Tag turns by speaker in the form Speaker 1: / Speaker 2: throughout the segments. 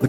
Speaker 1: The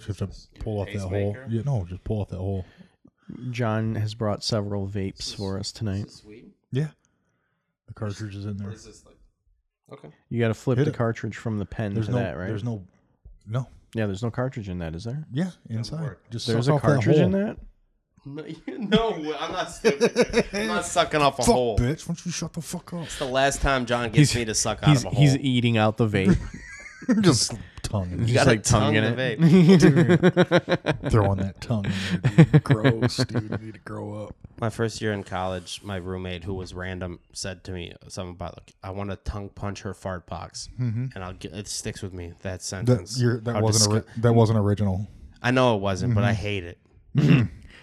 Speaker 2: Just to pull off that hole.
Speaker 3: pacemaker?
Speaker 2: Yeah, no, just pull off that hole.
Speaker 4: John has brought several vapes for us tonight.
Speaker 3: Sweet.
Speaker 2: Yeah. The cartridge is in there.
Speaker 3: What is this like? Okay.
Speaker 4: You got to flip
Speaker 2: Hit
Speaker 4: the
Speaker 2: it.
Speaker 4: cartridge from the pen
Speaker 2: There's
Speaker 4: to
Speaker 2: no.
Speaker 4: that, right?
Speaker 2: There's no. No.
Speaker 4: yeah, there's no cartridge in that, is there?
Speaker 2: Yeah, inside.
Speaker 3: work.
Speaker 2: Just
Speaker 4: There's
Speaker 2: suck
Speaker 4: a
Speaker 2: off that
Speaker 4: cartridge in
Speaker 2: hole.
Speaker 4: that?
Speaker 3: No, you- no, I'm not stupid. I'm not sucking off a
Speaker 2: Fuck,
Speaker 3: hole.
Speaker 2: bitch! Why don't you shut the fuck up?
Speaker 3: It's the last time John gets me to suck out
Speaker 4: he's,
Speaker 3: of a hole.
Speaker 4: he's eating out the vape.
Speaker 2: just tongue.
Speaker 4: He's
Speaker 2: And
Speaker 3: you got
Speaker 4: like
Speaker 3: a tongue,
Speaker 4: tongue in
Speaker 3: in
Speaker 4: it.
Speaker 3: the vape.
Speaker 2: throwing that tongue. In there, dude. Gross, dude. You need to grow up.
Speaker 3: my first year in college, my roommate, who was random, said to me something about, like, I want to tongue punch her fart box. And I'll get, it sticks with me, that
Speaker 2: That
Speaker 3: sentence.
Speaker 2: you're, that
Speaker 3: How
Speaker 2: wasn't
Speaker 3: disgu-
Speaker 2: ori- that wasn't original.
Speaker 3: I know it wasn't, but I hate it.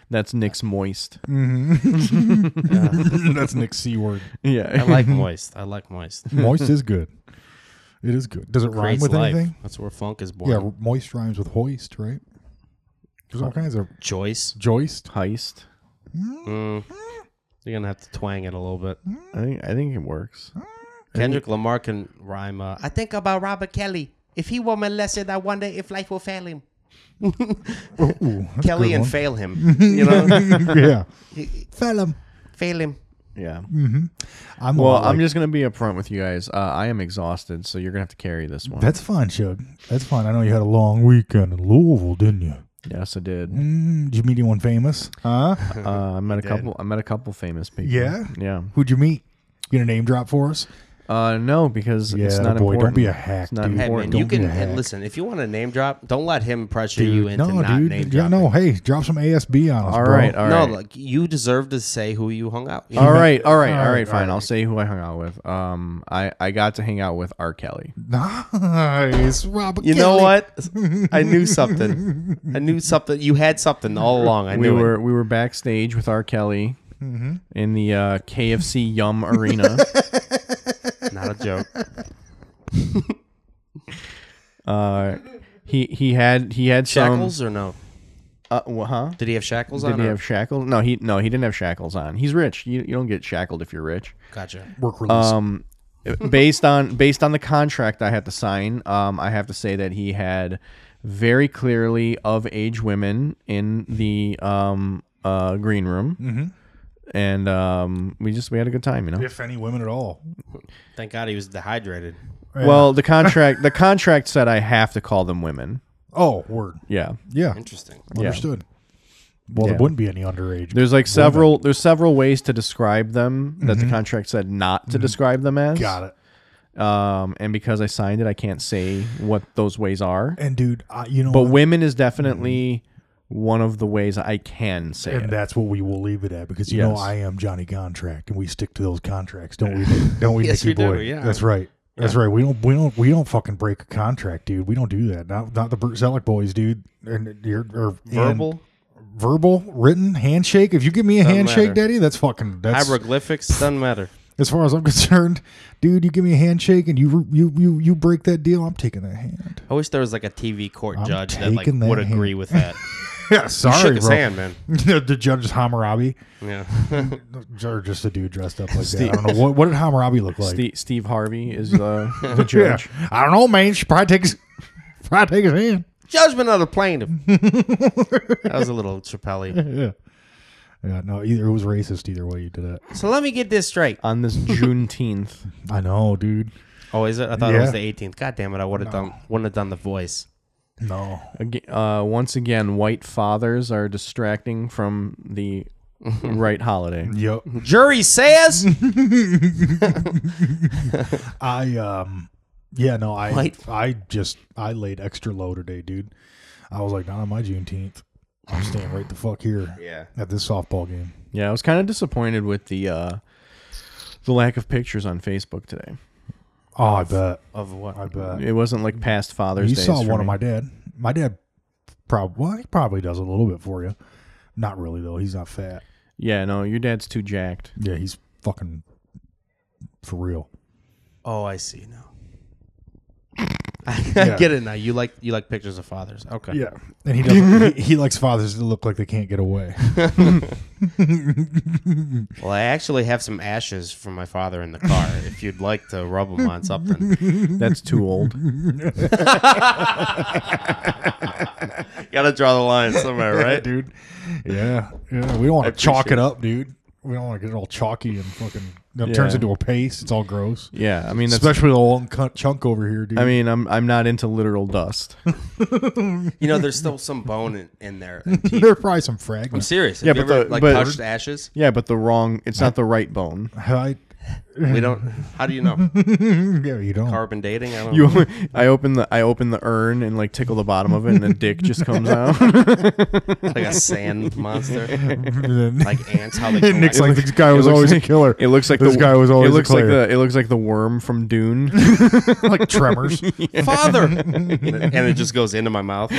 Speaker 4: That's Nick's moist.
Speaker 2: That's Nick C word.
Speaker 3: I
Speaker 4: Yeah.
Speaker 3: like moist. I like moist.
Speaker 2: Moist is good. It is good. Does it rhyme
Speaker 3: Creates
Speaker 2: with
Speaker 3: life.
Speaker 2: anything?
Speaker 3: That's where funk is born.
Speaker 2: Yeah, moist rhymes with hoist, right? There's all kinds of
Speaker 3: Joyce,
Speaker 2: joist.
Speaker 4: Heist.
Speaker 3: you're going to have to twang it a little bit.
Speaker 4: I think I think it works.
Speaker 3: Kendrick Lamar can rhyme. Uh, I think about Robert Kelly. If he were molested, I wonder if life will fail him.
Speaker 2: Ooh, that's a
Speaker 3: Kelly
Speaker 2: good
Speaker 3: and
Speaker 2: one.
Speaker 3: fail him. You know,
Speaker 2: yeah, Fellum.
Speaker 3: fail him.
Speaker 4: Yeah. Well,
Speaker 2: I'm all
Speaker 4: I'm
Speaker 2: Mm-hmm. like-
Speaker 4: just gonna be upfront with you guys. Uh, I am exhausted, so you're gonna have to carry this one.
Speaker 2: That's fine, Chug. That's fine. I know you had a long weekend in Louisville, didn't you?
Speaker 4: yes, I did.
Speaker 2: Mm, did you meet anyone famous? Huh?
Speaker 4: Uh, I met a couple. I met a couple famous people.
Speaker 2: Yeah?
Speaker 4: Yeah.
Speaker 2: Who'd you meet? You gonna name drop for us?
Speaker 4: Uh, no, because it's
Speaker 2: Yeah,
Speaker 4: not
Speaker 2: boy,
Speaker 4: important.
Speaker 2: don't be a hack,
Speaker 4: It's not
Speaker 2: dude.
Speaker 3: Hey man,
Speaker 4: important.
Speaker 3: you
Speaker 2: Don't be
Speaker 3: can
Speaker 2: a hack.
Speaker 3: hey, listen. If you want to name drop, don't let him pressure you into
Speaker 2: no,
Speaker 3: not
Speaker 2: dude.
Speaker 3: name
Speaker 2: yeah,
Speaker 3: dropping.
Speaker 2: no. Hey, drop some ASB on us,
Speaker 4: All
Speaker 2: bro.
Speaker 4: right. All
Speaker 3: no,
Speaker 4: right.
Speaker 3: like you deserve to say who you hung out. with.
Speaker 4: all right, all right, all right,
Speaker 2: all
Speaker 4: fine. I'll say who I hung out with. Um, I, I got to hang out with R. Kelly.
Speaker 2: Nice, Robert.
Speaker 3: You know
Speaker 2: Kelly.
Speaker 3: what? I knew something. I knew something. You had something all along. I
Speaker 4: We
Speaker 3: knew
Speaker 4: were we were backstage with R. Kelly in the uh, KFC Yum Arena.
Speaker 3: it. Not a joke.
Speaker 4: uh, he he had he had some-
Speaker 3: Shackles or no?
Speaker 4: Uh, wha- huh?
Speaker 3: Did he have shackles
Speaker 4: Did
Speaker 3: on?
Speaker 4: he
Speaker 3: or-
Speaker 4: have shackles? No, he no, he didn't have shackles on. He's rich. You, you don't get shackled if you're rich.
Speaker 3: Gotcha.
Speaker 2: Work release.
Speaker 4: Um, based on based on the contract I had to sign, um, I have to say that he had very clearly of age women in the um uh green room,
Speaker 2: Mm-hmm.
Speaker 4: and um we just we had a good time, you know.
Speaker 2: if any women at all.
Speaker 3: Thank God he was dehydrated.
Speaker 4: Well, the contract the contract said I have to call them women.
Speaker 2: Oh, word.
Speaker 4: Yeah.
Speaker 2: Yeah,
Speaker 3: Interesting.
Speaker 2: understood. Well,
Speaker 4: Yeah.
Speaker 2: there wouldn't be any underage.
Speaker 4: There's like several there's several ways to describe them that the contract said not to describe them as.
Speaker 2: Mm-hmm. Got it.
Speaker 4: Um, and because I signed it, I can't say what those ways are.
Speaker 2: And dude, I, you know,
Speaker 4: But
Speaker 2: what?
Speaker 4: women is definitely one of the ways I can say
Speaker 2: and
Speaker 4: it.
Speaker 2: that's what we will leave it at because you know
Speaker 4: Yes.
Speaker 2: I am Johnny Contract, and we stick to those contracts, don't we? Nick? Don't we,
Speaker 3: Yes,
Speaker 2: Nicky
Speaker 3: we do,
Speaker 2: boy?
Speaker 3: yeah.
Speaker 2: That's right. That's right. We don't. We don't. We don't fucking break a contract, dude. We don't do that. Not not the Burt Zellick boys, dude. And you're or, and
Speaker 3: Verbal,
Speaker 2: verbal, written handshake. If you give me a
Speaker 3: Doesn't
Speaker 2: handshake,
Speaker 3: matter.
Speaker 2: Daddy, that's fucking. That's
Speaker 3: hieroglyphics, doesn't matter.
Speaker 2: as far as I'm concerned, dude. You give me a handshake and you you you you break that deal. I'm taking that hand.
Speaker 3: I wish there was like a TV court
Speaker 2: I'm
Speaker 3: judge that like
Speaker 2: taking that
Speaker 3: would
Speaker 2: hand.
Speaker 3: agree with that.
Speaker 2: Yeah, sorry,
Speaker 3: Shook his
Speaker 2: bro.
Speaker 3: hand, man.
Speaker 2: the, the judge is Hammurabi,
Speaker 3: Yeah.
Speaker 2: or just a dude dressed up like that. I don't know what what did Hammurabi look like.
Speaker 4: Ste Steve Harvey is uh, the judge.
Speaker 2: Yeah. I don't know, man. She probably takes probably take his hand.
Speaker 3: Judgment of the plaintiff. that was a little Chappelle.
Speaker 2: Yeah. Yeah, no, either it was racist either way you did it.
Speaker 3: So let me get this straight.
Speaker 4: On this Juneteenth,
Speaker 2: I know, dude.
Speaker 3: Oh, is it? I thought it was
Speaker 2: Yeah.
Speaker 3: the 18th. God damn it! I would have done. Wouldn't have done the voice.
Speaker 2: No.
Speaker 4: aga- uh, once again, white fathers are distracting from the right holiday.
Speaker 2: Yep.
Speaker 3: Jury says
Speaker 2: I um yeah, no, I
Speaker 3: What?
Speaker 2: I just I laid extra low today, dude. I was like, not on my Juneteenth. I'm staying right the fuck here.
Speaker 3: Yeah.
Speaker 2: At this softball game.
Speaker 4: Yeah, I was kind of disappointed with the uh, the lack of pictures on Facebook today.
Speaker 2: Oh, I bet.
Speaker 3: of what?
Speaker 2: I bet.
Speaker 4: It wasn't like past Father's
Speaker 2: You
Speaker 4: Day.
Speaker 2: saw one of my dad. My dad probably well, he probably does a little bit for you. Not really though. He's not fat.
Speaker 4: Yeah, no, your dad's too jacked.
Speaker 2: Yeah, he's fucking for real.
Speaker 3: Oh, I see now. I
Speaker 2: Yeah.
Speaker 3: get it now. You like you like pictures of fathers. Okay.
Speaker 2: And he doesn't he, he likes fathers that look like they can't get away.
Speaker 3: Well, I actually have some ashes from my father in the car. if you'd like to rub them on something,
Speaker 4: That's too old.
Speaker 3: gotta draw the line somewhere, right?
Speaker 2: dude. Yeah, yeah. We don't want to chalk
Speaker 3: appreciate
Speaker 2: it up, dude. We don't want to get it all chalky and fucking. It
Speaker 4: Yeah.
Speaker 2: turns into a paste. It's all gross.
Speaker 4: Yeah, I mean that's.
Speaker 2: Especially the long cut chunk over here, dude.
Speaker 4: I mean, I'm I'm not into literal dust.
Speaker 3: You know, there's still some bone in, in there. and teeth.
Speaker 2: there are probably some
Speaker 3: I'm
Speaker 2: fragments.
Speaker 3: serious. Have
Speaker 4: Yeah,
Speaker 3: you
Speaker 4: but
Speaker 3: ever,
Speaker 4: the-
Speaker 3: like
Speaker 4: but-
Speaker 3: touched ashes?
Speaker 4: Yeah, but the wrong. It's not the right bone.
Speaker 2: I,
Speaker 3: We don't. How do you know?
Speaker 2: yeah, you don't.
Speaker 3: Carbon dating? I don't know.
Speaker 4: You, I open the I open the urn and like tickle the bottom of it, and a dick just comes out.
Speaker 3: Like a sand monster,
Speaker 2: Then-
Speaker 3: like ants. How they
Speaker 2: Nick's
Speaker 3: collect-
Speaker 2: like this guy was
Speaker 4: looks
Speaker 2: always
Speaker 4: like-
Speaker 2: a killer.
Speaker 4: It looks like
Speaker 2: this
Speaker 4: the,
Speaker 2: guy was always
Speaker 4: It looks
Speaker 2: a
Speaker 4: like
Speaker 2: killer.
Speaker 4: the it looks like the worm from Dune.
Speaker 2: like tremors.
Speaker 3: father, and it just goes into my mouth.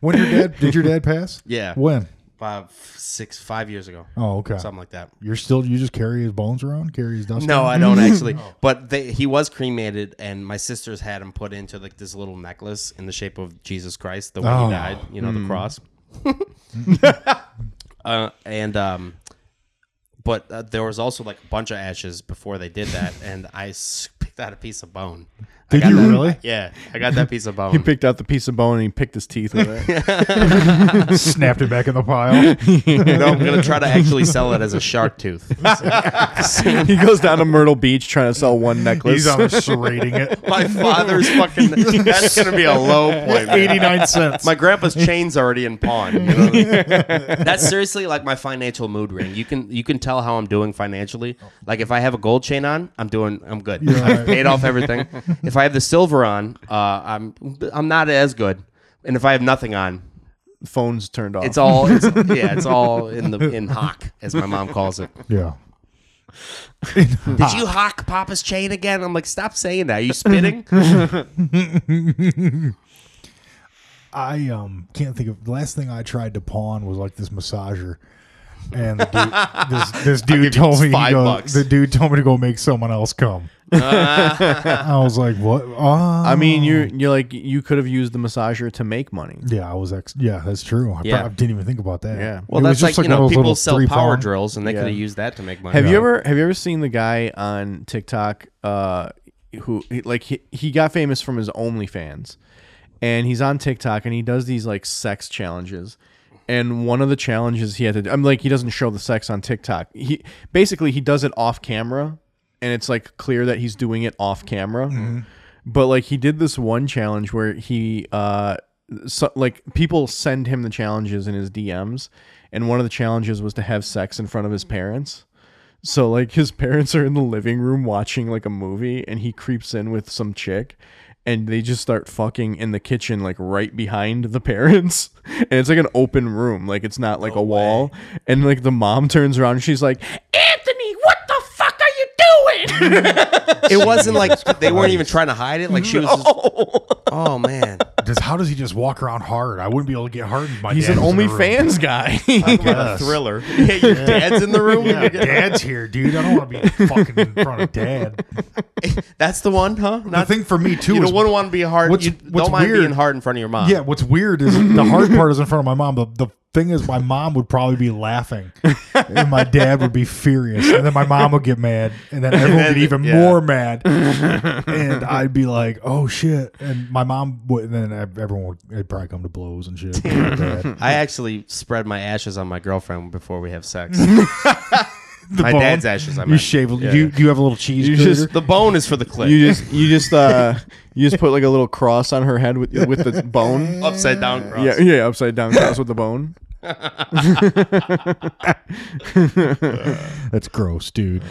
Speaker 2: when your dad did your dad pass?
Speaker 3: Yeah.
Speaker 2: When?
Speaker 3: Five, six, five years ago,
Speaker 2: Oh, okay.
Speaker 3: something like that.
Speaker 2: You're still you just carry his bones around, carry his dust.
Speaker 3: No,
Speaker 2: around?
Speaker 3: I don't actually.
Speaker 2: Oh.
Speaker 3: But they, he was cremated, and my sisters had him put into like this little necklace in the shape of Jesus Christ, the way
Speaker 2: Oh.
Speaker 3: he died, you know, the cross. uh, and um, but uh, there was also like a bunch of ashes before they did that, and I s- picked out a piece of bone. I
Speaker 2: Did
Speaker 3: got
Speaker 2: you
Speaker 3: that-
Speaker 2: really?
Speaker 3: Yeah, I got that piece of
Speaker 4: He
Speaker 3: bone.
Speaker 4: picked out the piece of bone and he picked his teeth with it.
Speaker 2: snapped it back in the pile.
Speaker 3: no, I'm gonna try to actually sell it as a shark tooth.
Speaker 4: he goes down to Myrtle Beach trying to sell one necklace.
Speaker 2: He's always serrating it.
Speaker 3: My father's fucking. That's gonna be a low point. man.
Speaker 2: Eighty nine cents.
Speaker 3: My grandpa's chain's already in pawn. you know what I mean? That's seriously like my financial mood ring. You can you can tell how I'm doing financially. Like if I have a gold chain on, I'm doing I'm good. I've
Speaker 2: right.
Speaker 3: paid off everything. if I have the silver on, uh, I'm I'm not as good. And if I have nothing on,
Speaker 4: Phone's turned
Speaker 2: Oh.
Speaker 4: off.
Speaker 3: it's all it's, yeah, it's all in the in hock as my mom calls it.
Speaker 2: Yeah.
Speaker 3: Did you hock Papa's chain again? I'm like, stop saying that. Are you spitting?
Speaker 2: I um can't think of the last thing I tried to pawn was like this massager. And the dude, this, this dude told me he
Speaker 3: five
Speaker 2: go-
Speaker 3: bucks. Uh.
Speaker 2: the dude told me to go make someone else come. I was like, "What?" Oh.
Speaker 4: I mean, you
Speaker 3: Oh.
Speaker 4: you like you could have used the massager to make money.
Speaker 2: yeah, I was ex- yeah, that's true. I,
Speaker 3: Yeah.
Speaker 2: prob- didn't even think about that.
Speaker 4: Yeah.
Speaker 3: Well,
Speaker 2: It was
Speaker 3: that's like,
Speaker 2: just
Speaker 3: you
Speaker 2: one
Speaker 3: know,
Speaker 2: of those little
Speaker 3: people sell
Speaker 2: three
Speaker 3: power
Speaker 2: pound-
Speaker 3: drills and they
Speaker 4: Yeah.
Speaker 3: could have used that to make money.
Speaker 4: Have you ever have you ever seen the guy on TikTok uh, who he- like he, he got famous from his OnlyFans, and he's on TikTok and he does these like sex challenges. And one of the challenges he had to, do, I'm like, he doesn't show the sex on TikTok. He basically he does it off camera, and it's like clear that he's doing it off camera. But like he did this one challenge where he uh, so, like people send him the challenges in his DMs, and one of the challenges was to have sex in front of his parents. So like his parents are in the living room watching like a movie and he creeps in with some chick and they just start fucking in the kitchen like right behind the parents and it's like an open room like it's not like a wall and like the mom turns around and she's like Anthony what the fuck are you doing
Speaker 3: It wasn't like they weren't even trying to hide it. Like she was. Just, oh man,
Speaker 2: Does how does he just walk around hard? I wouldn't be able to get hard. if My
Speaker 4: He's
Speaker 2: dad
Speaker 4: an
Speaker 2: was in the room.
Speaker 4: OnlyFans guy
Speaker 2: Yes.
Speaker 3: thriller. Yeah, your dad's in the room.
Speaker 2: Yeah, dad's here, dude. I don't want to be fucking in front of dad.
Speaker 3: That's the one, huh?
Speaker 2: The
Speaker 3: Not
Speaker 2: thing for me too
Speaker 3: you
Speaker 2: is
Speaker 3: don't want to want to be hard.
Speaker 2: What's-
Speaker 3: you
Speaker 2: what's
Speaker 3: don't mind
Speaker 2: weird-
Speaker 3: being hard in front of your mom.
Speaker 2: Yeah, what's weird is the hard part is in front of my mom, but the thing is my mom would probably be laughing and my dad would be furious and then my mom would get mad and then everyone would get even
Speaker 3: yeah.
Speaker 2: more mad and I'd be like, "Oh shit." And my mom would and then everyone would it'd probably come to blows and shit. My dad.
Speaker 3: I actually spread my ashes on my girlfriend before we have sex.
Speaker 2: The
Speaker 3: My
Speaker 2: bone,
Speaker 3: dad's ashes, I
Speaker 2: You
Speaker 3: meant.
Speaker 2: shave
Speaker 3: Yeah.
Speaker 2: you you have a little cheese
Speaker 4: You
Speaker 2: grater?
Speaker 4: just-
Speaker 3: the bone is for the clip.
Speaker 4: you just you just uh you just put like a little cross on her head with with the bone
Speaker 3: Upside down cross.
Speaker 4: yeah yeah upside down cross with the bone
Speaker 2: That's gross, dude.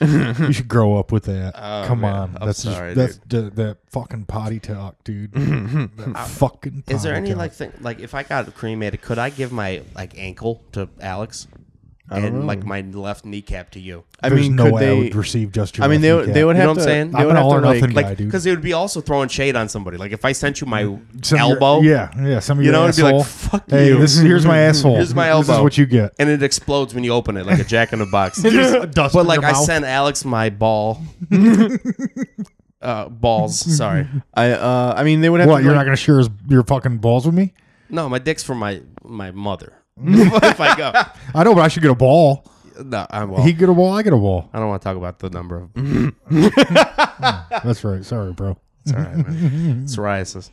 Speaker 2: you should grow up with that. Come on,
Speaker 3: Uh. Oh, I'm
Speaker 2: that's
Speaker 3: sorry,
Speaker 2: just, that's d- that fucking potty talk, dude. that fucking.
Speaker 3: Is there
Speaker 2: potty
Speaker 3: any
Speaker 2: talk.
Speaker 3: like thing like if I got cremated, could I give my like ankle to Alex, and like my left kneecap to you?
Speaker 4: I
Speaker 2: There's
Speaker 4: mean,
Speaker 2: no
Speaker 4: could
Speaker 2: way I
Speaker 4: they?
Speaker 2: would receive just your.
Speaker 4: I mean, they would-
Speaker 2: FDK.
Speaker 4: they would
Speaker 3: You
Speaker 4: have
Speaker 3: know what I'm
Speaker 4: to.
Speaker 3: saying?
Speaker 4: They
Speaker 3: I'm
Speaker 4: would
Speaker 2: an
Speaker 4: have to,
Speaker 2: all or nothing
Speaker 4: like-
Speaker 2: guy,
Speaker 3: Like,
Speaker 2: dude.
Speaker 3: because it would be also throwing shade on somebody. Like if I sent you my
Speaker 2: Some of your-
Speaker 3: elbow,
Speaker 2: yeah, yeah. Some of
Speaker 3: You
Speaker 2: your
Speaker 3: know, it'd be
Speaker 2: asshole.
Speaker 3: like, fuck
Speaker 2: hey,
Speaker 3: you.
Speaker 2: This is, here's my asshole.
Speaker 3: Here's my
Speaker 2: This is
Speaker 3: elbow.
Speaker 2: what you get.
Speaker 3: and it explodes when you open it like a jack in the box.
Speaker 2: dust in
Speaker 3: but
Speaker 2: your
Speaker 3: like I
Speaker 2: mouth.
Speaker 3: sent Alex my ball, uh, balls. Sorry,
Speaker 4: I uh, I mean, they would have
Speaker 2: What?
Speaker 4: to.
Speaker 2: You're not
Speaker 4: like-
Speaker 2: gonna share his, your fucking balls with me?
Speaker 3: no, my dick's for my my mother. if I go,
Speaker 2: I know, but I should get a ball.
Speaker 3: no, I'm well.
Speaker 2: He get a ball. I get a ball.
Speaker 3: I don't want to talk about the number of
Speaker 2: That's right. Sorry, bro.
Speaker 3: It's all right, man. psoriasis.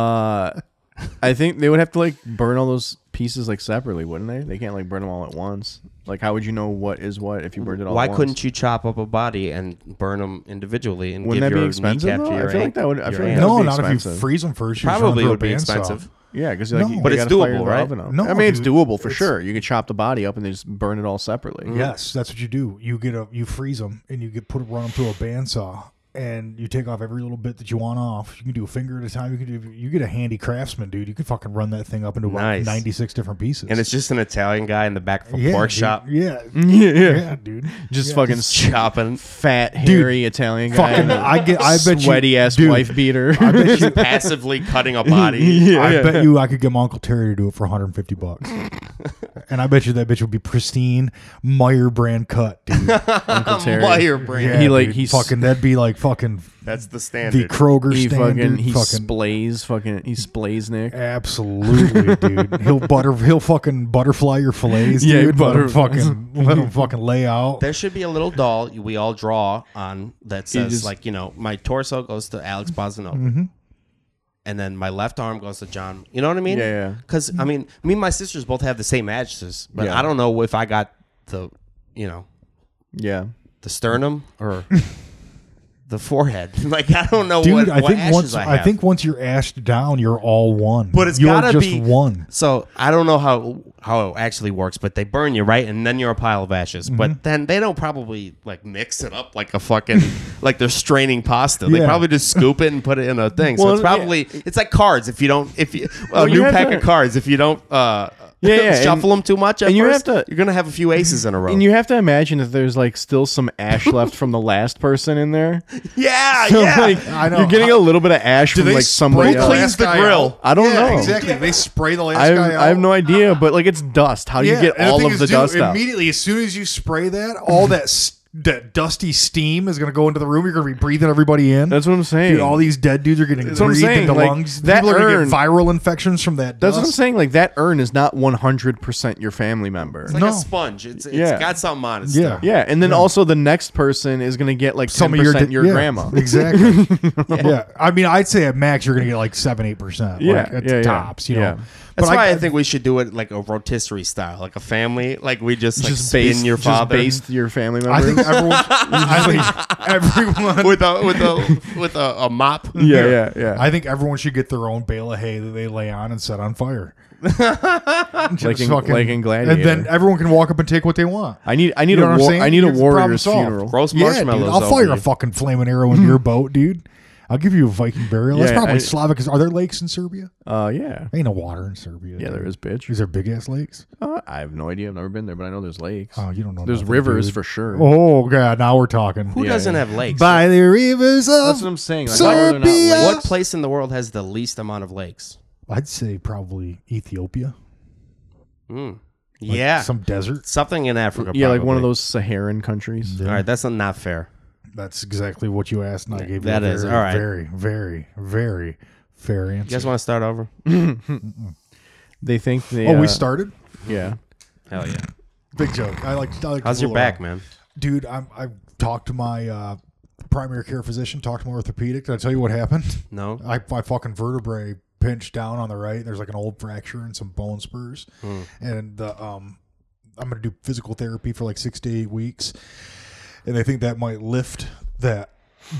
Speaker 4: I think they would have to like burn all those pieces like separately, wouldn't they? They can't like burn them all at once. Like, how would you know what is what if you burned it all?
Speaker 3: Why
Speaker 4: at once?
Speaker 3: couldn't you chop up a body and burn them individually and
Speaker 4: Wouldn't
Speaker 3: give
Speaker 4: that be
Speaker 3: your
Speaker 4: expensive,
Speaker 3: kneecap
Speaker 4: though?
Speaker 3: to
Speaker 4: I
Speaker 3: your
Speaker 4: feel like
Speaker 3: aunt-
Speaker 4: that would- I
Speaker 3: your
Speaker 4: feel like
Speaker 3: aunt?
Speaker 4: that would
Speaker 2: No,
Speaker 4: be
Speaker 2: not if you
Speaker 4: expensive.
Speaker 2: freeze them first. You just run
Speaker 3: probably
Speaker 2: through a
Speaker 3: would be
Speaker 2: bandsaw.
Speaker 3: expensive.
Speaker 4: Yeah, because like,
Speaker 2: No.
Speaker 4: you,
Speaker 2: But
Speaker 4: they
Speaker 3: it's
Speaker 4: gotta fire
Speaker 3: doable,
Speaker 4: the
Speaker 3: right?
Speaker 4: oven up.
Speaker 2: No,
Speaker 4: I mean, it's
Speaker 2: dude.
Speaker 4: doable for
Speaker 2: It's-
Speaker 4: sure. You could chop the body up and then just burn it all separately.
Speaker 2: Yes, that's what you do. You get a you freeze them and you get put run them through a bandsaw and you take off every little bit that you want off. You can do a finger at a time. You can do you get a handy craftsman, dude. You can fucking run that thing up into about
Speaker 3: Nice.
Speaker 2: ninety six different pieces.
Speaker 3: And it's just an Italian guy in the back of a
Speaker 2: yeah,
Speaker 3: pork
Speaker 2: dude.
Speaker 3: shop
Speaker 2: Yeah,
Speaker 4: Yeah, yeah.
Speaker 2: yeah, dude.
Speaker 4: Just fucking
Speaker 3: chopping.
Speaker 4: fat, hairy Italian guy.
Speaker 2: Fucking,
Speaker 4: in a
Speaker 2: I get. I bet
Speaker 4: sweaty
Speaker 2: you,
Speaker 4: ass
Speaker 2: dude,
Speaker 4: wife beater.
Speaker 2: I bet you.
Speaker 3: Passively cutting a body.
Speaker 2: I bet you I could get my Uncle Terry to do it for 150 bucks. and I bet you that bitch would be pristine Meyer brand cut, dude.
Speaker 4: Uncle Terry.
Speaker 3: Wire brain.
Speaker 2: Yeah,
Speaker 4: He, like,
Speaker 2: dude.
Speaker 4: he s-
Speaker 2: fucking that'd be like fucking
Speaker 3: That's the
Speaker 2: the
Speaker 3: standard.
Speaker 2: Kroger
Speaker 4: He
Speaker 2: standard.
Speaker 4: fucking he
Speaker 2: fucking
Speaker 4: splays fucking he splays Nick.
Speaker 2: absolutely, dude. He'll butter he'll fucking butterfly your fillets,
Speaker 4: Yeah,
Speaker 2: dude. Let
Speaker 4: butter-
Speaker 2: 'em fucking let him fucking lay out.
Speaker 3: there should be a little doll we all draw on that says
Speaker 4: just-
Speaker 3: like you know my torso goes to Alex
Speaker 2: Mm-hmm.
Speaker 3: Bosanovo. And then my left arm goes to John. You know what I mean?
Speaker 4: Yeah, yeah.
Speaker 3: Because I mean, me and my sisters both have the same addresses, but
Speaker 4: Yeah.
Speaker 3: I don't know if I got the, you know,
Speaker 4: Yeah.
Speaker 3: the sternum or the forehead. Like I don't know
Speaker 2: Dude,
Speaker 3: what,
Speaker 2: I
Speaker 3: what
Speaker 2: think
Speaker 3: ashes
Speaker 2: once
Speaker 3: I
Speaker 2: I,
Speaker 3: have.
Speaker 2: think once you're ashed down, you're all one.
Speaker 3: but it's
Speaker 2: you're
Speaker 3: gotta
Speaker 2: just
Speaker 3: be
Speaker 2: one.
Speaker 3: So I don't know how how it actually works, but they burn you right, and then you're a pile of ashes.
Speaker 4: Mm-hmm.
Speaker 3: But then they don't probably like mix it up like a fucking like they're straining pasta. They
Speaker 2: Yeah.
Speaker 3: probably just scoop it and put it in a thing. so
Speaker 4: Well,
Speaker 3: it's probably it's like cards. If you don't, if you well,
Speaker 4: you
Speaker 3: new
Speaker 4: have
Speaker 3: pack
Speaker 4: to-
Speaker 3: of cards. If you don't, uh,
Speaker 4: Yeah, yeah,
Speaker 3: shuffle them too much. At
Speaker 4: and you
Speaker 3: first,
Speaker 4: have to-
Speaker 3: you're gonna have a few aces in a row.
Speaker 4: And you have to imagine that there's like still some ash left from the last person in there.
Speaker 3: yeah,
Speaker 4: So,
Speaker 3: yeah.
Speaker 4: like,
Speaker 2: I know.
Speaker 4: You're getting a little bit of ash from like somebody
Speaker 3: spray
Speaker 4: else.
Speaker 3: clean- cleans the grill?
Speaker 4: I don't know.
Speaker 2: They spray the last
Speaker 4: I have, I have no idea, but like it's dust. How do you get
Speaker 2: and
Speaker 4: all
Speaker 2: thing
Speaker 4: of
Speaker 2: is,
Speaker 4: the
Speaker 2: dude,
Speaker 4: dust out?
Speaker 2: Immediately, as soon as you spray that, all that s- that dusty steam is going to go into the room. You're going to be breathing everybody in.
Speaker 4: That's what I'm saying.
Speaker 2: Dude, all these dead dudes are getting
Speaker 4: what I'm
Speaker 2: breathed
Speaker 4: saying,
Speaker 2: into
Speaker 4: like,
Speaker 2: lungs.
Speaker 4: that
Speaker 2: People are going to
Speaker 4: urn-
Speaker 2: get viral infections from that.
Speaker 4: That's
Speaker 2: dust.
Speaker 4: what I'm saying. Like that urn is not 100 percent your family member.
Speaker 3: it's like a
Speaker 2: no.
Speaker 3: sponge. It's, it's
Speaker 4: Yeah.
Speaker 3: got something on it.
Speaker 2: Yeah.
Speaker 3: Still.
Speaker 4: yeah, and then also the next person is gonna get like 10 percent your,
Speaker 2: yeah,
Speaker 4: grandma.
Speaker 2: exactly. yeah. I mean, I'd say at max you're going to get like seven, eight percent.
Speaker 4: Yeah,
Speaker 2: like, at
Speaker 4: yeah, yeah.
Speaker 2: tops. You know,
Speaker 4: Yeah.
Speaker 3: That's
Speaker 2: but
Speaker 3: why I,
Speaker 2: I,
Speaker 3: think we should do it like a rotisserie style, like a family. Like we just, like,
Speaker 4: just
Speaker 3: spin
Speaker 4: based
Speaker 3: your father.
Speaker 4: just based your family
Speaker 2: I
Speaker 4: members.
Speaker 2: think everyone. I think everyone.
Speaker 3: with a with a with a, a mop.
Speaker 4: yeah, yeah, yeah.
Speaker 2: I think everyone should get their own bale of hay that they lay on and set on fire. Just
Speaker 4: Like in- like in Gladiator.
Speaker 2: And then everyone can walk up and take what they want.
Speaker 4: I need I need
Speaker 2: You know what
Speaker 4: a
Speaker 2: I'm
Speaker 4: war,
Speaker 2: saying?
Speaker 4: I need a
Speaker 2: Here's the problem
Speaker 4: warrior's
Speaker 2: solved.
Speaker 4: funeral.
Speaker 3: Roast
Speaker 2: Yeah, dude,
Speaker 3: marshmallows.
Speaker 2: I'll
Speaker 3: over
Speaker 2: fire a
Speaker 3: you.
Speaker 2: fucking flaming arrow in your boat, dude. I'll give you a Viking burial. That's
Speaker 4: Yeah,
Speaker 2: probably
Speaker 4: I-
Speaker 2: Slavic. Are there lakes in Serbia?
Speaker 4: Uh yeah.
Speaker 2: Ain't no water in Serbia.
Speaker 4: Yeah, there
Speaker 2: dude.
Speaker 4: is bitch.
Speaker 2: Is there big ass lakes?
Speaker 4: Uh, I have no idea. I've never been there, but I know there's lakes.
Speaker 2: Oh, you don't know.
Speaker 4: there's
Speaker 2: nothing,
Speaker 4: rivers
Speaker 2: dude.
Speaker 4: for sure.
Speaker 2: Oh god, now we're talking.
Speaker 3: Who
Speaker 4: Yeah,
Speaker 3: doesn't
Speaker 4: yeah.
Speaker 3: have lakes?
Speaker 2: By the rivers
Speaker 4: That's what
Speaker 2: of,
Speaker 4: I'm saying. Like,
Speaker 2: Serbia!
Speaker 4: how are there not lakes?
Speaker 3: what place in the world has the least amount of lakes?
Speaker 2: I'd say probably Ethiopia. Like
Speaker 3: yeah,
Speaker 2: some desert.
Speaker 3: something in Africa.
Speaker 4: Yeah, like one of
Speaker 3: probably.
Speaker 4: those Saharan countries.
Speaker 3: All right, that's not fair.
Speaker 2: That's exactly what you asked, and I gave
Speaker 3: That
Speaker 2: you a
Speaker 3: is,
Speaker 2: very,
Speaker 3: all right.
Speaker 2: very, very, very fair answer.
Speaker 3: You guys want to start over?
Speaker 4: They think they.
Speaker 2: Oh,
Speaker 4: uh,
Speaker 2: we started.
Speaker 4: Yeah.
Speaker 3: Hell yeah!
Speaker 2: Big joke. I like. I like to
Speaker 3: How's your
Speaker 2: fool
Speaker 3: back,
Speaker 2: around.
Speaker 3: man?
Speaker 2: dude? I'm, I talked to my uh, primary care physician. Talked to my orthopedic. Did I tell you what happened?
Speaker 3: No.
Speaker 2: I, I fucking vertebrae pinched down on the right. and There's like an old fracture and some bone spurs, and the um, I'm gonna do physical therapy for like six to eight weeks, and I think that might lift that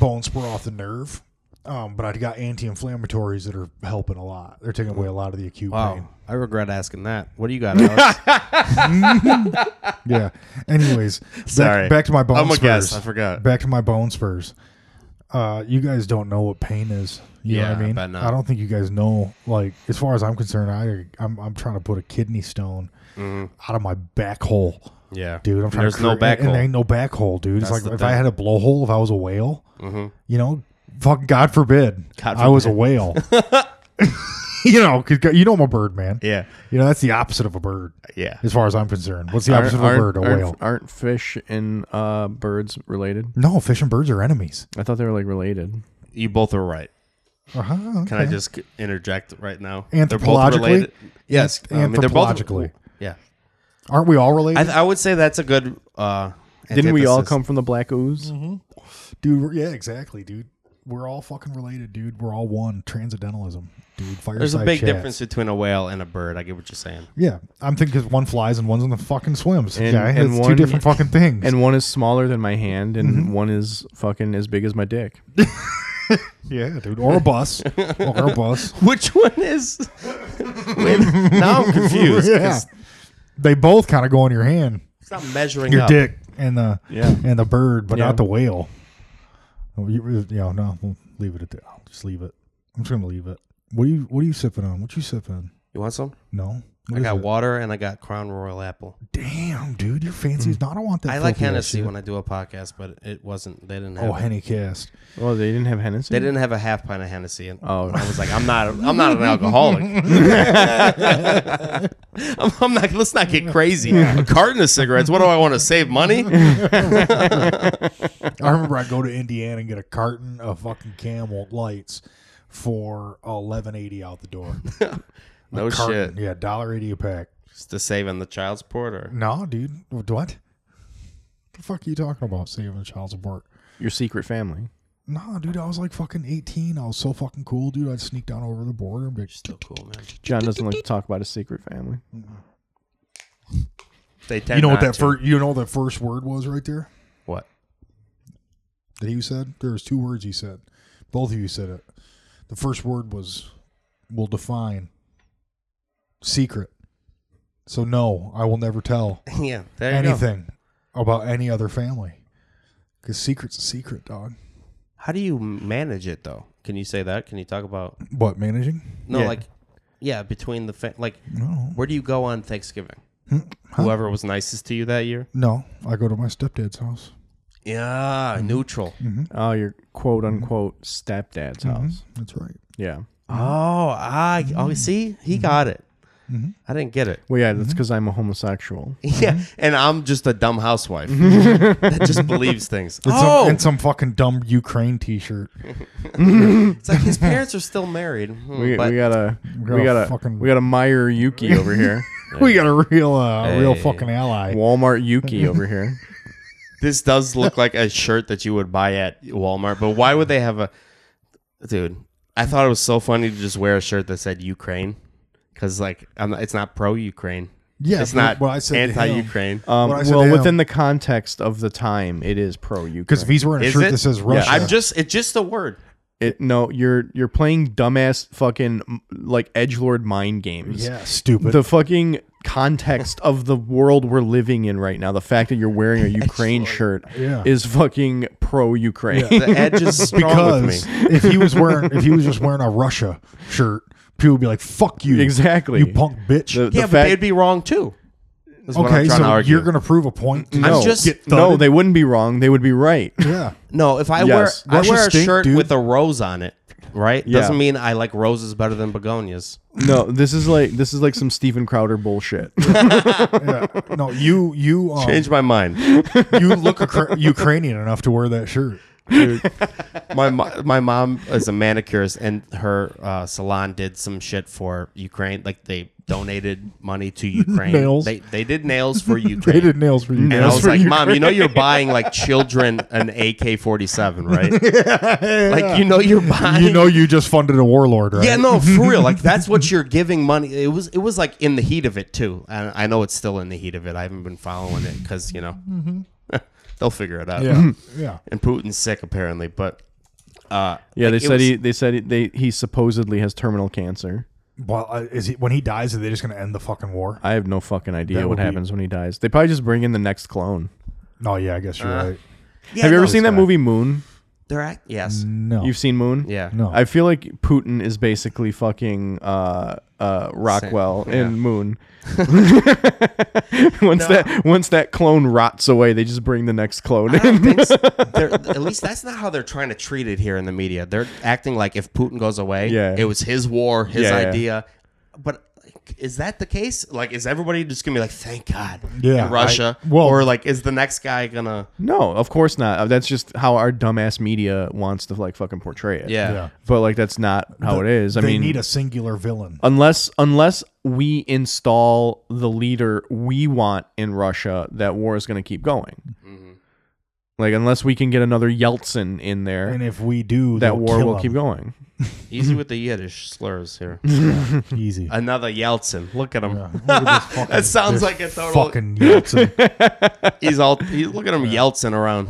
Speaker 2: bone spur off the nerve. Um, but I got anti-inflammatories that are helping a lot. They're taking away a lot of the acute pain.
Speaker 5: Wow. I regret asking that. What do you got, Alex?
Speaker 2: Yeah. Anyways, back,
Speaker 5: Sorry.
Speaker 2: back to my bone
Speaker 5: I'm a
Speaker 2: spurs.
Speaker 5: guess. I forgot.
Speaker 2: Back to my bone spurs. Uh, you guys don't know what pain is. You know what
Speaker 3: Yeah,
Speaker 2: I
Speaker 3: I
Speaker 2: mean?
Speaker 3: bet not.
Speaker 2: I don't think you guys know. Like, as far as I'm concerned, I I'm, I'm trying to put a kidney stone out of my back hole.
Speaker 3: Yeah.
Speaker 2: dude. I'm trying.
Speaker 3: Mm-hmm. There's
Speaker 2: to
Speaker 3: no
Speaker 2: create-
Speaker 3: back
Speaker 2: and,
Speaker 3: hole.
Speaker 2: there ain't no back hole, dude. it's
Speaker 3: That's
Speaker 2: like
Speaker 3: the
Speaker 2: if
Speaker 3: thing. Mm-hmm.
Speaker 2: I had a blowhole, if I was a whale, you know, fuck, God forbid,
Speaker 5: God
Speaker 2: I was a whale. you know, 'cause you know I'm a bird man.
Speaker 5: yeah.
Speaker 2: You know that's the opposite of a bird,
Speaker 5: Yeah.
Speaker 2: as far as I'm concerned. What's the
Speaker 4: Aren't,
Speaker 2: opposite of a
Speaker 4: aren't,
Speaker 2: bird? A
Speaker 4: aren't,
Speaker 2: whale.
Speaker 4: aren't fish and uh, birds related?
Speaker 2: No, fish and birds are enemies.
Speaker 4: I thought they were like related.
Speaker 3: You both are right.
Speaker 2: Uh-huh,
Speaker 3: Can I just c- interject right now? They're both
Speaker 2: Anthropologically?
Speaker 3: related. Yes. I mean, they're both-
Speaker 2: Anthropologically.
Speaker 3: yeah.
Speaker 2: Aren't we all related,
Speaker 3: I, th- I would say that's a good. Uh,
Speaker 4: Didn't we all
Speaker 3: antithesis.
Speaker 4: come from the black ooze?
Speaker 2: dude? we're- Yeah, exactly, dude. We're all fucking related, dude. We're all one. Transcendentalism, dude. Fireside
Speaker 3: There's a big
Speaker 2: chats.
Speaker 3: difference between a whale and a bird. I get what you're saying.
Speaker 2: Yeah, I'm thinking 'cause one flies and one's on the fucking swims.
Speaker 4: And-
Speaker 2: okay,
Speaker 4: and
Speaker 2: it's two
Speaker 4: one-
Speaker 2: different fucking things.
Speaker 4: And one is smaller than my hand, and
Speaker 2: Mm-hmm.
Speaker 4: one is fucking as big as my dick.
Speaker 2: yeah, dude, or a bus, or a bus.
Speaker 3: Which one is? Wait, now I'm confused. 'cause
Speaker 2: They both kind of go in your hand,
Speaker 3: It's not measuring
Speaker 2: your
Speaker 3: up.
Speaker 2: dick and the
Speaker 4: Yeah.
Speaker 2: and the bird, but
Speaker 4: Yeah.
Speaker 2: not the whale. Oh, You, you know, no, we'll leave it at that. I'll just leave it. I'm just gonna leave it. What are you What are you sipping on? What you sipping?
Speaker 3: You want some?
Speaker 2: No, What
Speaker 3: I
Speaker 2: is
Speaker 3: got
Speaker 2: it?
Speaker 3: water and I got Crown Royal Apple.
Speaker 2: Damn, dude, you're fancy. as No, I don't want that.
Speaker 3: Hmm. I like
Speaker 2: filthy ass
Speaker 3: Hennessy
Speaker 2: shit.
Speaker 3: when I do a podcast, but it wasn't. They didn't have.
Speaker 2: Oh, Henny cast.
Speaker 4: Oh, they didn't have Hennessy.
Speaker 3: They didn't have a half pint of Hennessy, and
Speaker 4: Oh.
Speaker 3: I was like, I'm not. I'm not an alcoholic. I'm, I'm not. Let's not get crazy. A carton of cigarettes. What do I want to save money?
Speaker 2: I remember I go to Indiana and get a carton of fucking Camel lights for eleven eighty out the door.
Speaker 3: No Oh, shit.
Speaker 2: Carton, yeah, dollar eighty a pack.
Speaker 3: Just to save in the child support, or
Speaker 2: No, dude, what? The fuck are you talking about? Saving child support?
Speaker 4: Your secret family.
Speaker 2: Nah, dude, I was like fucking eighteen. I was so fucking cool, dude. I'd sneak down over the border and be like,
Speaker 3: still cool, man.
Speaker 4: John doesn't like to talk about his secret family.
Speaker 3: They tend
Speaker 2: you know what
Speaker 3: not
Speaker 2: that
Speaker 3: to.
Speaker 2: first you know what that first word was right there
Speaker 3: What?
Speaker 2: that he said. There was two words he said. Both of you said it. The first word was will define secret. So no, I will never tell.
Speaker 3: Yeah. There you go.
Speaker 2: anything about any other family. Because secret's a secret, dog.
Speaker 3: How do you manage it though? Can you say that? Can you talk about
Speaker 2: What, managing?
Speaker 3: no
Speaker 4: Yeah.
Speaker 3: like yeah between the fa- like
Speaker 2: No.
Speaker 3: where do you go on Thanksgiving? Whoever was nicest to you that year?
Speaker 2: No, I go to my stepdad's house.
Speaker 3: Yeah, neutral.
Speaker 4: Oh, your quote unquote stepdad's
Speaker 2: Mm-hmm.
Speaker 4: house.
Speaker 2: That's right.
Speaker 4: Yeah.
Speaker 3: Oh, I oh see he got it. I didn't get it.
Speaker 4: Well, yeah,
Speaker 2: Mm-hmm.
Speaker 4: that's because I'm a homosexual.
Speaker 3: Yeah, and I'm just a dumb housewife that just believes things.
Speaker 2: And,
Speaker 3: oh,
Speaker 2: some, and some fucking dumb Ukraine t shirt.
Speaker 3: it's like his parents are still married. Hmm,
Speaker 4: We,
Speaker 3: but
Speaker 4: we got a
Speaker 2: got
Speaker 4: we
Speaker 2: a
Speaker 4: got a
Speaker 2: fucking-
Speaker 4: we got a Meyer Yuki over here.
Speaker 2: We got a real uh, a real
Speaker 3: Hey.
Speaker 2: fucking ally.
Speaker 4: Walmart Yuki over here.
Speaker 3: this does look like a shirt that you would buy at Walmart. But why would they have a dude? I thought it was so funny to just wear a shirt that said Ukraine because like I'm, it's not pro Ukraine.
Speaker 2: Yeah,
Speaker 3: it's
Speaker 2: but
Speaker 3: not
Speaker 2: what I said to him-
Speaker 3: anti-Ukraine.
Speaker 4: Um,
Speaker 2: What I said
Speaker 4: well,
Speaker 2: to him-
Speaker 4: within the context of the time, it is pro Ukraine.
Speaker 2: Because if he's wearing a
Speaker 3: Is
Speaker 2: shirt
Speaker 3: it?
Speaker 2: that says Russia,
Speaker 3: I'm just it's just a word.
Speaker 4: It, no, you're you're playing dumbass fucking m- like edge lord mind games.
Speaker 2: yeah, stupid.
Speaker 4: The fucking context of the world we're living in right now, the fact that you're wearing a Ukraine shirt
Speaker 2: Yeah.
Speaker 4: is fucking pro Ukraine.
Speaker 3: The edge is strong
Speaker 2: because
Speaker 3: with me.
Speaker 2: if he was wearing if he was just wearing a Russia shirt, people would be like, "Fuck you,
Speaker 4: Exactly.
Speaker 2: you punk bitch."
Speaker 4: The- the
Speaker 3: Yeah, but
Speaker 4: fact-
Speaker 3: they'd be wrong too. Is what I'm
Speaker 2: okay,
Speaker 3: trying
Speaker 2: so
Speaker 3: to argue.
Speaker 2: you're gonna prove a point.
Speaker 3: I'm
Speaker 4: no,
Speaker 3: just-
Speaker 2: Get
Speaker 4: no,
Speaker 2: thudded?
Speaker 4: they wouldn't be wrong. They would be right.
Speaker 2: yeah.
Speaker 3: no, if I
Speaker 4: Yes.
Speaker 3: wear I
Speaker 2: Russia
Speaker 3: wear a
Speaker 2: stink,
Speaker 3: shirt
Speaker 2: dude.
Speaker 3: with a rose on it, right?
Speaker 4: Yeah.
Speaker 3: Doesn't mean I like roses better than begonias.
Speaker 4: No, this is like this is like some Steven Crowder bullshit.
Speaker 2: yeah. No, you you um,
Speaker 3: Change my mind.
Speaker 2: you look Ukra- Ukrainian enough to wear that shirt.
Speaker 3: my mo- my mom is a manicurist, and her uh, salon did some shit for Ukraine. Like they donated money to Ukraine.
Speaker 2: Nails.
Speaker 3: They they did nails for Ukraine.
Speaker 2: They did nails for you.
Speaker 3: And I
Speaker 2: Nails
Speaker 3: was like, Mom, you know you're buying like children an AK forty seven, right? Like you know you're buying.
Speaker 2: you know, you just funded a warlord, right?
Speaker 3: Yeah, no, for real. Like that's what you're giving money. It was it was like in the heat of it too. And I know it's still in the heat of it. I haven't been following it because you know they'll figure it out.
Speaker 2: Mm-hmm. yeah, yeah.
Speaker 3: And Putin's sick apparently, but Uh,
Speaker 4: Yeah,
Speaker 3: like,
Speaker 4: they
Speaker 3: it
Speaker 4: said
Speaker 3: was-
Speaker 4: he. They said he- they he supposedly has terminal cancer.
Speaker 2: Well, uh, is he when he dies? Are they just going to end the fucking war?
Speaker 4: I have no fucking idea
Speaker 2: That
Speaker 4: what
Speaker 2: would be-
Speaker 4: happens when he dies. They probably just bring in the next clone.
Speaker 2: No, yeah, I guess you're
Speaker 3: Uh,
Speaker 2: right.
Speaker 3: Yeah,
Speaker 4: have you
Speaker 3: no,
Speaker 4: ever
Speaker 3: it's
Speaker 4: seen that
Speaker 3: gonna-
Speaker 4: movie Moon?
Speaker 3: They're act- yes.
Speaker 2: No,
Speaker 4: You've seen Moon?
Speaker 3: Oh. Yeah.
Speaker 2: no.
Speaker 4: I feel like Putin is basically fucking uh, uh, Rockwell
Speaker 3: yeah.
Speaker 4: in Moon. once that once that clone rots away, they just bring the next clone
Speaker 3: I don't
Speaker 4: in.
Speaker 3: think so. They're- at least that's not how they're trying to treat it here in the media. They're acting like if Putin goes away,
Speaker 4: Yeah.
Speaker 3: it was his war, his
Speaker 4: Yeah, yeah.
Speaker 3: idea. But like, is that the case? Like, is everybody just gonna be like, "Thank God,
Speaker 2: Yeah,
Speaker 3: Russia"?
Speaker 2: I- well-
Speaker 3: or like, is the next guy gonna?
Speaker 4: No, of course not. That's just how our dumbass media wants to like fucking portray it.
Speaker 3: Yeah.
Speaker 2: Yeah.
Speaker 4: But like that's not how it is. I
Speaker 2: they
Speaker 4: mean
Speaker 2: need a singular villain.
Speaker 4: unless unless we install the leader we want in Russia, that war is going to keep going. Like unless we can get another Yeltsin in there,
Speaker 2: And if we do,
Speaker 4: that war will keep
Speaker 2: keep
Speaker 4: going.
Speaker 2: Mm-hmm.
Speaker 3: Easy with the Yiddish slurs here.
Speaker 2: going easy.
Speaker 3: Another Yeltsin. Look at him.
Speaker 2: that
Speaker 3: sounds like a total-
Speaker 2: fucking Yeltsin.
Speaker 3: He's all. He's, look at him Yeltsin around.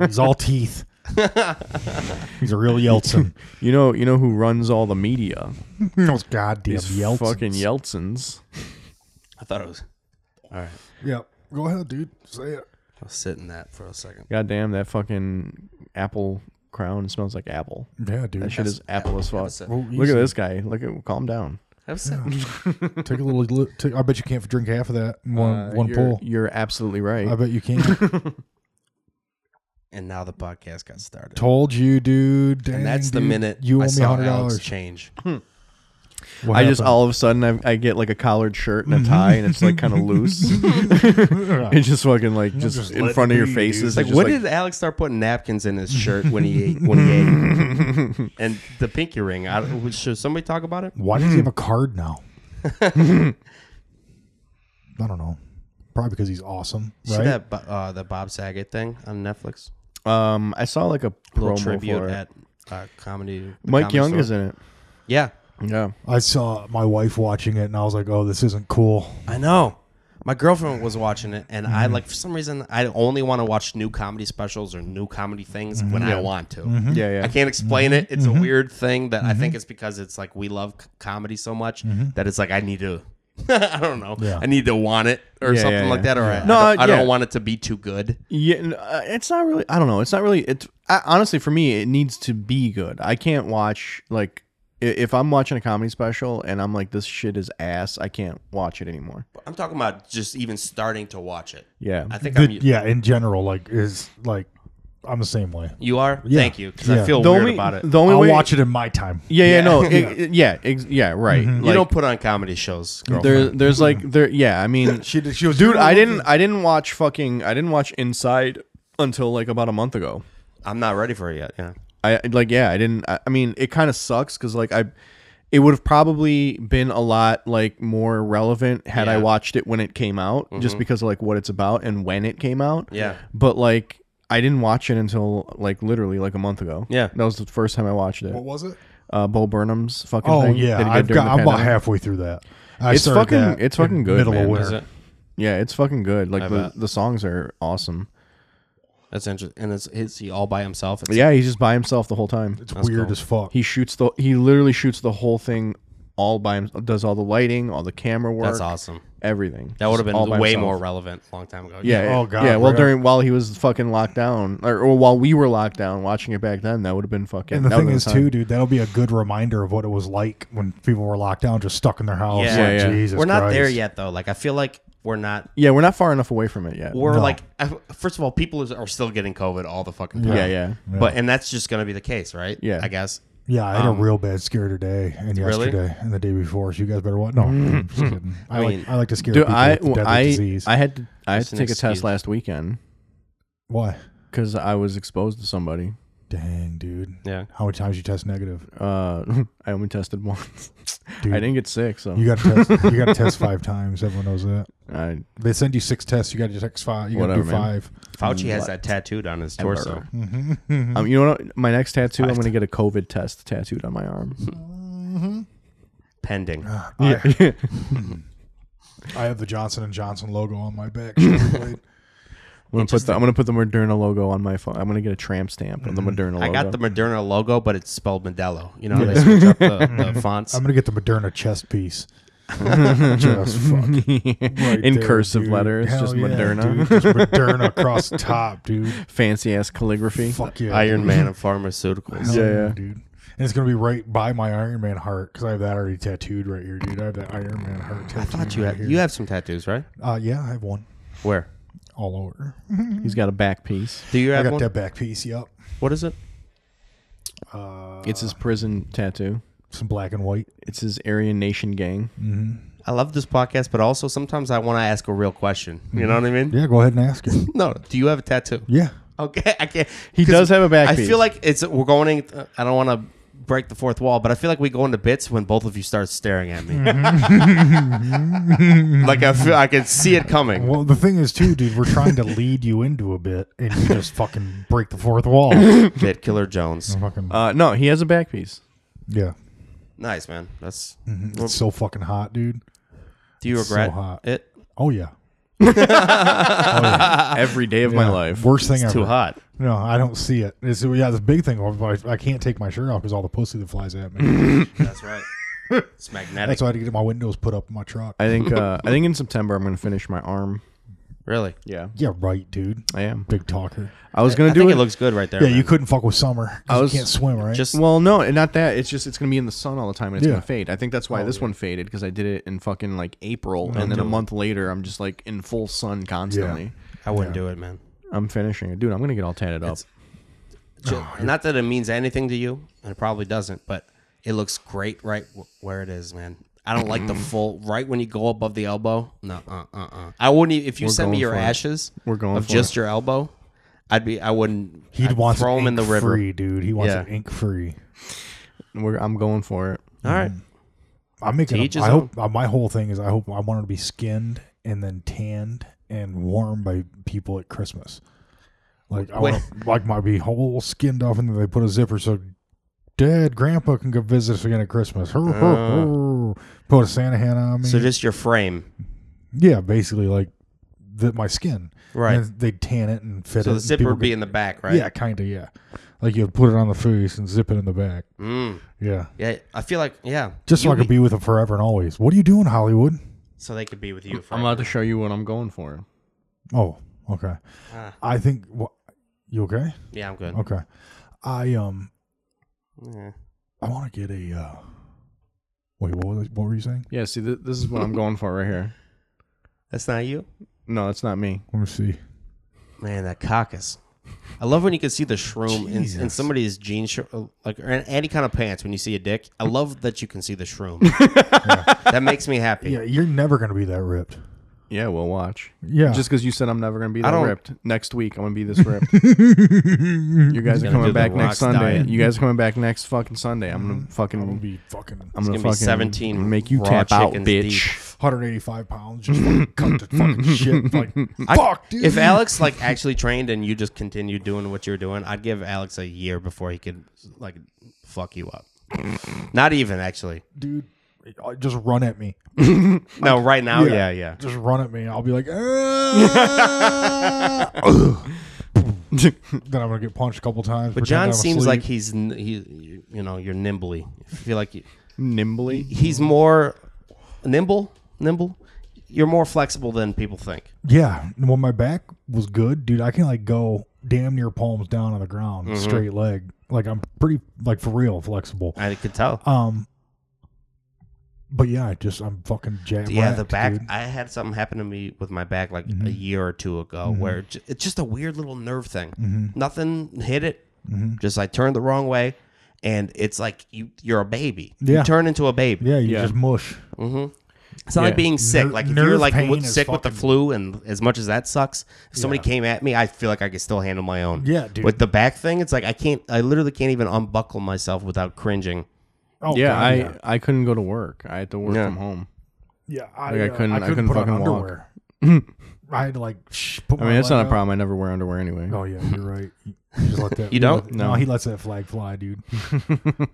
Speaker 2: He's all teeth. He's a real Yeltsin.
Speaker 4: You know, you know who runs all the media?
Speaker 2: Those goddamn
Speaker 4: These
Speaker 2: Yeltsins.
Speaker 4: fucking Yeltsins.
Speaker 3: I thought it was. All right,
Speaker 2: Yeah, go ahead, dude. Say it.
Speaker 3: I'll sit in that for a second.
Speaker 4: Goddamn, that fucking apple crown smells like apple.
Speaker 2: Yeah, dude.
Speaker 4: That shit is apple as fuck.
Speaker 3: sip.
Speaker 2: Well,
Speaker 4: Look at
Speaker 2: Oh, easy.
Speaker 4: this guy. Look at, calm down.
Speaker 3: Have a sip.
Speaker 2: Take a little. li- Take, I bet you can't drink half of that in one
Speaker 4: Uh,
Speaker 2: one
Speaker 4: you're,
Speaker 2: pull.
Speaker 4: You're absolutely right.
Speaker 2: I bet you can't.
Speaker 3: And now the podcast got started.
Speaker 2: Told you, dude. Dang,
Speaker 3: And that's the
Speaker 2: dude.
Speaker 3: minute
Speaker 2: you owe
Speaker 3: I
Speaker 2: me
Speaker 3: saw
Speaker 2: hundred
Speaker 3: Alex
Speaker 2: dollars.
Speaker 3: change.
Speaker 4: I just all of a sudden I, I get like a collared shirt
Speaker 3: Mm-hmm.
Speaker 4: and a tie and it's like kind of loose. it's just fucking like just,
Speaker 2: just let
Speaker 4: in
Speaker 2: it
Speaker 4: front of your
Speaker 2: be,
Speaker 4: faces. It's
Speaker 2: dude.
Speaker 3: Like,
Speaker 4: just,
Speaker 3: when did Alex start putting napkins in his shirt when he ate? When he ate, and the pinky ring. I, don't- should somebody talk about it?
Speaker 2: Why
Speaker 4: Hmm.
Speaker 2: does he have a card now? I don't know. Probably because he's awesome,
Speaker 3: See
Speaker 2: right?
Speaker 3: that Bo- uh, the Bob Saget thing on Netflix?
Speaker 4: um I saw like a
Speaker 3: little
Speaker 4: promo
Speaker 3: tribute
Speaker 4: for it.
Speaker 3: at uh, comedy. the
Speaker 4: Mike
Speaker 3: comedy
Speaker 4: Young
Speaker 3: store.
Speaker 4: is in it.
Speaker 3: Yeah,
Speaker 4: Yeah.
Speaker 2: I saw my wife watching it, and I was like, "Oh, this isn't cool."
Speaker 3: I know. My girlfriend was watching it, and I like for some reason I only want to watch new comedy specials or new comedy things when I want to.
Speaker 4: Yeah, yeah.
Speaker 3: I can't explain it. It's a weird thing that I think it's because it's like we love c- comedy so much that it's like I need to. I don't know.
Speaker 2: Yeah.
Speaker 3: I need to want it or
Speaker 4: Yeah,
Speaker 3: something
Speaker 4: yeah,
Speaker 3: like
Speaker 4: yeah.
Speaker 3: that, or I,
Speaker 4: No,
Speaker 3: I, don't, I
Speaker 4: yeah.
Speaker 3: don't want it to be too good.
Speaker 4: Yeah, n- uh, it's not really. I don't know. It's not really. It's I, honestly for me, it needs to be good. I can't watch like i- if I'm watching a comedy special and I'm like this shit is ass. I can't watch it anymore.
Speaker 3: But I'm talking about just even starting to watch it.
Speaker 4: Yeah,
Speaker 3: I think
Speaker 2: The-
Speaker 3: I'm.
Speaker 2: yeah, in general, like is like I'm the same way.
Speaker 3: You are.
Speaker 2: Yeah.
Speaker 3: Thank you. 'cause
Speaker 2: Yeah.
Speaker 3: I feel
Speaker 4: the
Speaker 3: weird
Speaker 4: only
Speaker 3: about it.
Speaker 4: the only
Speaker 2: I'll
Speaker 4: way.
Speaker 2: watch it in my time.
Speaker 4: yeah, yeah,
Speaker 3: Yeah.
Speaker 4: no,
Speaker 3: Mm-hmm.
Speaker 4: it- it- yeah, ex- yeah, right.
Speaker 3: you
Speaker 4: Like,
Speaker 3: don't put on comedy shows, girlfriend.
Speaker 4: There, there's like there. Yeah, I mean,
Speaker 2: She did- she was
Speaker 4: dude.
Speaker 2: doing
Speaker 4: I
Speaker 2: one
Speaker 4: didn't. I didn't watch fucking. I didn't watch Inside until like about a month ago.
Speaker 3: I'm not ready for it yet. Yeah.
Speaker 4: I like. Yeah, I didn't. I, I mean, it kind of sucks because like I, it would have probably been a lot like more relevant had I
Speaker 3: Yeah. Mm-hmm.
Speaker 4: watched it when it came out, just because of like what it's about and when it came out.
Speaker 3: Yeah.
Speaker 4: But like, I didn't watch it until like literally like a month ago.
Speaker 3: Yeah.
Speaker 4: that was the first time I watched it.
Speaker 2: What was it?
Speaker 4: Uh, Bo Burnham's fucking.
Speaker 2: Oh
Speaker 4: thing that
Speaker 2: yeah,
Speaker 4: he did
Speaker 2: I've
Speaker 4: during
Speaker 2: got.
Speaker 4: the
Speaker 2: I'm about
Speaker 4: pandemic.
Speaker 2: halfway through that. I
Speaker 4: It's
Speaker 2: started
Speaker 4: fucking-
Speaker 2: that
Speaker 4: it's fucking
Speaker 2: in
Speaker 4: good,
Speaker 2: Middle
Speaker 4: man.
Speaker 2: of
Speaker 3: Is
Speaker 2: winter.
Speaker 3: it?
Speaker 4: Yeah, it's fucking good. Like the,
Speaker 3: bet.
Speaker 4: the songs are awesome.
Speaker 3: That's interesting. And is, is he all by himself? It's-
Speaker 4: Yeah, he's just by himself the whole time.
Speaker 2: It's weird as fuck.
Speaker 4: He shoots the he literally shoots the whole thing all by himself. Does all the lighting, all the camera work,
Speaker 3: That's awesome.
Speaker 4: everything.
Speaker 3: That would
Speaker 4: Just
Speaker 3: have been
Speaker 4: all by
Speaker 3: way
Speaker 4: himself.
Speaker 3: more relevant a long time ago.
Speaker 4: Yeah.
Speaker 2: Oh,
Speaker 4: Oh
Speaker 2: God,
Speaker 4: god. Yeah. Well,
Speaker 2: right.
Speaker 4: during while he was fucking locked down, or, or while we were locked down, watching it back then, that would have been fucking.
Speaker 2: And the
Speaker 4: that would've
Speaker 2: thing
Speaker 4: been
Speaker 2: is,
Speaker 4: time.
Speaker 2: too, dude, that'll be a good reminder of what it was like when people were locked down, just stuck in their house.
Speaker 3: Yeah.
Speaker 2: like,
Speaker 4: Yeah, yeah.
Speaker 2: Jesus
Speaker 3: We're not there
Speaker 2: Christ.
Speaker 3: yet, though. Like, I feel like we're not.
Speaker 4: Yeah, we're not far enough away from it yet.
Speaker 3: We're
Speaker 2: No.
Speaker 3: like, I- first of all, people is- are still getting COVID all the fucking time.
Speaker 4: yeah, yeah.
Speaker 3: But, and that's just going to be the case, right?
Speaker 4: Yeah.
Speaker 3: I guess.
Speaker 2: Yeah, I had a real bad scare today and
Speaker 3: Really?
Speaker 2: yesterday and the day before. So you guys better watch. No, I'm just kidding. I,
Speaker 3: mean-
Speaker 2: like, I like to scare
Speaker 4: Dude,
Speaker 2: people
Speaker 4: I
Speaker 2: with the deadly
Speaker 4: I
Speaker 2: disease.
Speaker 4: I had to I had
Speaker 3: Just
Speaker 4: to
Speaker 3: an
Speaker 4: take a test
Speaker 3: excuse.
Speaker 4: last weekend
Speaker 2: Why?
Speaker 4: because I was exposed to somebody.
Speaker 2: Dang, dude.
Speaker 3: Yeah.
Speaker 2: How many times you test negative?
Speaker 4: Uh, I only tested once.
Speaker 2: Dude.
Speaker 4: I didn't get sick, so
Speaker 2: You got to test. you got to test five times. Everyone knows that.
Speaker 4: I
Speaker 2: They send you six tests. You got to test five. You got to
Speaker 4: Whatever,
Speaker 2: do
Speaker 4: man.
Speaker 2: five.
Speaker 3: Fauci has that tattooed on his torso.
Speaker 2: Mm-hmm.
Speaker 4: Um, you know what? My next tattoo, I'm gonna get a COVID test tattooed on my arm.
Speaker 3: Hmm. Pending.
Speaker 4: Ah,
Speaker 2: I have the Johnson and Johnson logo on my back. shoulder blade.
Speaker 4: gonna put the I'm gonna put the Moderna logo on my phone. I'm gonna get a tramp stamp of the
Speaker 2: Mm-hmm.
Speaker 4: Moderna logo.
Speaker 3: I got the Moderna logo, but it's spelled Modelo. You know, how they switch up the, the fonts.
Speaker 2: I'm gonna get the Moderna chest piece. just fuck. Right
Speaker 4: in
Speaker 2: there,
Speaker 4: cursive
Speaker 2: dude.
Speaker 4: letters,
Speaker 2: Hell
Speaker 4: just
Speaker 2: yeah,
Speaker 4: Moderna,
Speaker 2: dude. Just Moderna across the top, dude.
Speaker 4: fancy ass calligraphy.
Speaker 2: Fuck yeah,
Speaker 3: Iron
Speaker 2: dude.
Speaker 3: Man of pharmaceuticals.
Speaker 2: Hell
Speaker 4: Yeah, yeah.
Speaker 2: dude. And it's gonna be right by my Iron Man heart because I have that already tattooed right here, dude. I have that Iron Man heart tattooed.
Speaker 3: I thought you
Speaker 2: right
Speaker 3: had
Speaker 2: here.
Speaker 3: you have some tattoos, right?
Speaker 2: Uh, yeah, I have one
Speaker 3: Where
Speaker 2: all over.
Speaker 4: He's got a back piece.
Speaker 3: do you
Speaker 2: I
Speaker 3: have
Speaker 2: got
Speaker 3: one?
Speaker 2: that back piece. Yep.
Speaker 3: What is it?
Speaker 4: It's
Speaker 2: Uh.
Speaker 4: his prison tattoo.
Speaker 2: Some black and white.
Speaker 4: It's his Aryan Nation gang.
Speaker 3: I love this podcast, but also sometimes I want to ask a real question. You know what I mean?
Speaker 2: Yeah, go ahead and ask it.
Speaker 3: No, do you have a tattoo?
Speaker 2: Yeah.
Speaker 3: Okay, I can't.
Speaker 4: Mm-hmm. He
Speaker 3: 'cause
Speaker 4: does have a back
Speaker 3: I
Speaker 4: piece.
Speaker 3: feel like it's we're going. In, I don't want to break the fourth wall, but I feel like we go into bits when both of you start staring at me.
Speaker 4: Mm-hmm.
Speaker 3: like I feel I can see it coming.
Speaker 2: Well, the thing is, too, dude, we're trying to lead you into a bit, and you just fucking break the fourth wall.
Speaker 3: Bit Killer Jones.
Speaker 2: fucking
Speaker 4: Uh, no, he has a back piece.
Speaker 2: yeah,
Speaker 3: Nice man. That's.
Speaker 4: Mm-hmm.
Speaker 2: it's so fucking hot, dude.
Speaker 3: Do you regret
Speaker 2: hot.
Speaker 3: it?
Speaker 2: Oh yeah,
Speaker 3: Uh.
Speaker 4: Every day of my
Speaker 2: Yeah.
Speaker 4: life.
Speaker 2: Worst thing ever.
Speaker 3: Too hot.
Speaker 2: No, I don't see it. It's, yeah, this big thing. I, I can't take my shirt off because all the pussy that flies at me.
Speaker 3: That's right. It's magnetic.
Speaker 2: That's why I had to get my windows put up in my truck.
Speaker 4: I think. Uh, I think in September I'm gonna finish my arm.
Speaker 3: really.
Speaker 4: Yeah,
Speaker 2: yeah, right, dude.
Speaker 4: I am.
Speaker 2: Big talker.
Speaker 4: I was gonna
Speaker 3: I
Speaker 4: do
Speaker 3: think
Speaker 4: it.
Speaker 3: it looks good right there.
Speaker 2: Yeah, you
Speaker 3: man.
Speaker 2: couldn't fuck with summer. 'cause
Speaker 4: I was
Speaker 2: you can't swim, right?
Speaker 3: just
Speaker 4: Well, no, and not that. It's just it's gonna be in the sun all the time, and it's
Speaker 2: Yeah.
Speaker 4: gonna fade. I think that's why this one faded because I did it in fucking like April, and then a month later I'm just like in full sun constantly.
Speaker 3: I wouldn't do it, man.
Speaker 4: I'm finishing it, dude. I'm gonna get all tatted up.
Speaker 3: Ju- not that it means anything to you, and it probably doesn't, but it looks great right w- where it is, man. I don't like the full right when you go above the elbow. No, uh, uh, uh. I wouldn't. Even, if you sent me
Speaker 4: going
Speaker 3: your
Speaker 4: for it.
Speaker 3: ashes,
Speaker 4: We're going
Speaker 3: of
Speaker 4: for
Speaker 3: just your elbow. I'd be. I wouldn't.
Speaker 2: He
Speaker 3: I'd
Speaker 2: wants
Speaker 3: throw
Speaker 2: it
Speaker 3: him in the
Speaker 2: ink
Speaker 3: river.
Speaker 2: Free, dude. He wants
Speaker 3: Yeah.
Speaker 2: it ink free.
Speaker 4: We're, I'm going for it.
Speaker 3: All right.
Speaker 2: I'm making.
Speaker 3: each
Speaker 2: A,
Speaker 3: his
Speaker 2: I hope uh, my whole thing is I hope I want her to be skinned and then tanned and warm by people at Christmas. Like I
Speaker 3: Wait.
Speaker 2: want like my be whole skinned off and then they put a zipper so Dad, Grandpa can come visit us again at Christmas. Hur, hur, hur. Put a Santa hat on me.
Speaker 3: Oh. So just your frame.
Speaker 2: yeah, basically like the, my skin.
Speaker 3: Right.
Speaker 2: And they tan it and fit it.
Speaker 3: So the
Speaker 2: and
Speaker 3: zipper
Speaker 2: people
Speaker 3: would be
Speaker 2: could-
Speaker 3: in the back, right?
Speaker 2: Yeah, kind of. Yeah, like you'd put it on the face and zip it in the back.
Speaker 3: Mm.
Speaker 2: Yeah,
Speaker 3: Yeah. I feel like yeah.
Speaker 2: just so I could be with them forever and always. What are you doing, Hollywood?
Speaker 3: So they could be with you.
Speaker 4: I'm
Speaker 3: Forever.
Speaker 4: about to show you what I'm going for.
Speaker 2: Oh, okay.
Speaker 3: Ah.
Speaker 2: I think wha- you okay?
Speaker 3: yeah, I'm good.
Speaker 2: Okay. I um
Speaker 3: Yeah.
Speaker 2: I want to get a uh Wait, what was what were you saying?
Speaker 4: Yeah, see, th- this is what I'm going for right here.
Speaker 3: That's not you,
Speaker 4: No, it's not me.
Speaker 2: Let me see.
Speaker 3: man. That caucus. I love when you can see the shroom in, in
Speaker 2: Jesus.
Speaker 3: somebody's jean shirt, uh, like or in any kind of pants. When you see a dick, I love that you can see the shroom. That makes me happy.
Speaker 2: Yeah, you're never going to be that ripped.
Speaker 4: Yeah, we'll watch.
Speaker 2: Yeah.
Speaker 4: Just because you said I'm never gonna be that
Speaker 3: don't-
Speaker 4: ripped. Next week I'm gonna be this ripped. you guys are
Speaker 3: do
Speaker 4: coming
Speaker 3: the
Speaker 4: back
Speaker 3: Rock's
Speaker 4: next Sunday.
Speaker 3: diet.
Speaker 4: You guys are coming back next fucking Sunday. I'm gonna fucking.
Speaker 2: I'll be fucking
Speaker 4: I'm gonna,
Speaker 3: gonna be
Speaker 4: fucking
Speaker 3: 17
Speaker 4: make you
Speaker 3: raw
Speaker 4: tap out,
Speaker 3: chickens
Speaker 4: bitch.
Speaker 3: deep.
Speaker 2: 185 pounds just fucking cut to fucking shit like fuck dude.
Speaker 3: If Alex like actually trained and you just continued doing what you were doing, I'd give Alex a year before he could like fuck you up. Not even actually.
Speaker 2: dude uh, just run at me.
Speaker 3: No, right now, Oh, yeah, yeah.
Speaker 2: Just run at me. I'll be like, "Ah." Ugh. then I'm gonna get punched a couple times.
Speaker 3: But John seems like he's n- he, you know, you're nimbly. I feel like you,
Speaker 4: Nimbly.
Speaker 3: he's more nimble, nimble. You're more flexible than people think.
Speaker 2: Yeah, when my back was good, dude, I can like go damn near palms down on the ground,
Speaker 3: Mm-hmm.
Speaker 2: straight leg. Like I'm pretty like for real flexible.
Speaker 3: I could tell.
Speaker 2: Um, but yeah, I just I'm fucking jacked.
Speaker 3: yeah, the back. I had something happen to me with my back like a year or two ago, where it ju- it's just a weird little nerve thing. Nothing hit it. Just I turned the wrong way, and it's like you you're a baby.
Speaker 2: Yeah.
Speaker 3: You turn into a baby.
Speaker 2: Yeah, you
Speaker 4: Yeah.
Speaker 2: just mush.
Speaker 3: It's not
Speaker 4: Yeah.
Speaker 3: like being sick.
Speaker 2: Ner-
Speaker 3: like if you're
Speaker 2: nerve
Speaker 3: like
Speaker 2: pain
Speaker 3: w-
Speaker 2: is
Speaker 3: sick with the
Speaker 2: fucking-
Speaker 3: flu, and as much as that sucks, if somebody
Speaker 2: Yeah.
Speaker 3: came at me, I feel like I could still handle my own.
Speaker 2: Yeah, dude.
Speaker 3: With the back thing, it's like I can't. I literally can't even unbuckle myself without cringing.
Speaker 2: Oh
Speaker 4: yeah,
Speaker 2: God,
Speaker 4: I
Speaker 2: yeah,
Speaker 4: I couldn't go to work. I had to work
Speaker 3: Yeah.
Speaker 4: from home.
Speaker 2: yeah, I,
Speaker 4: like, I
Speaker 2: uh,
Speaker 4: couldn't- I couldn't
Speaker 2: put on
Speaker 4: fucking walk.
Speaker 2: underwear. I had to like shh, put.
Speaker 4: I mean, that's not a problem. I never wear underwear anyway.
Speaker 2: Oh yeah, you're right. You just let that.
Speaker 3: You don't?
Speaker 2: No.
Speaker 4: No.
Speaker 2: he lets that flag fly, dude.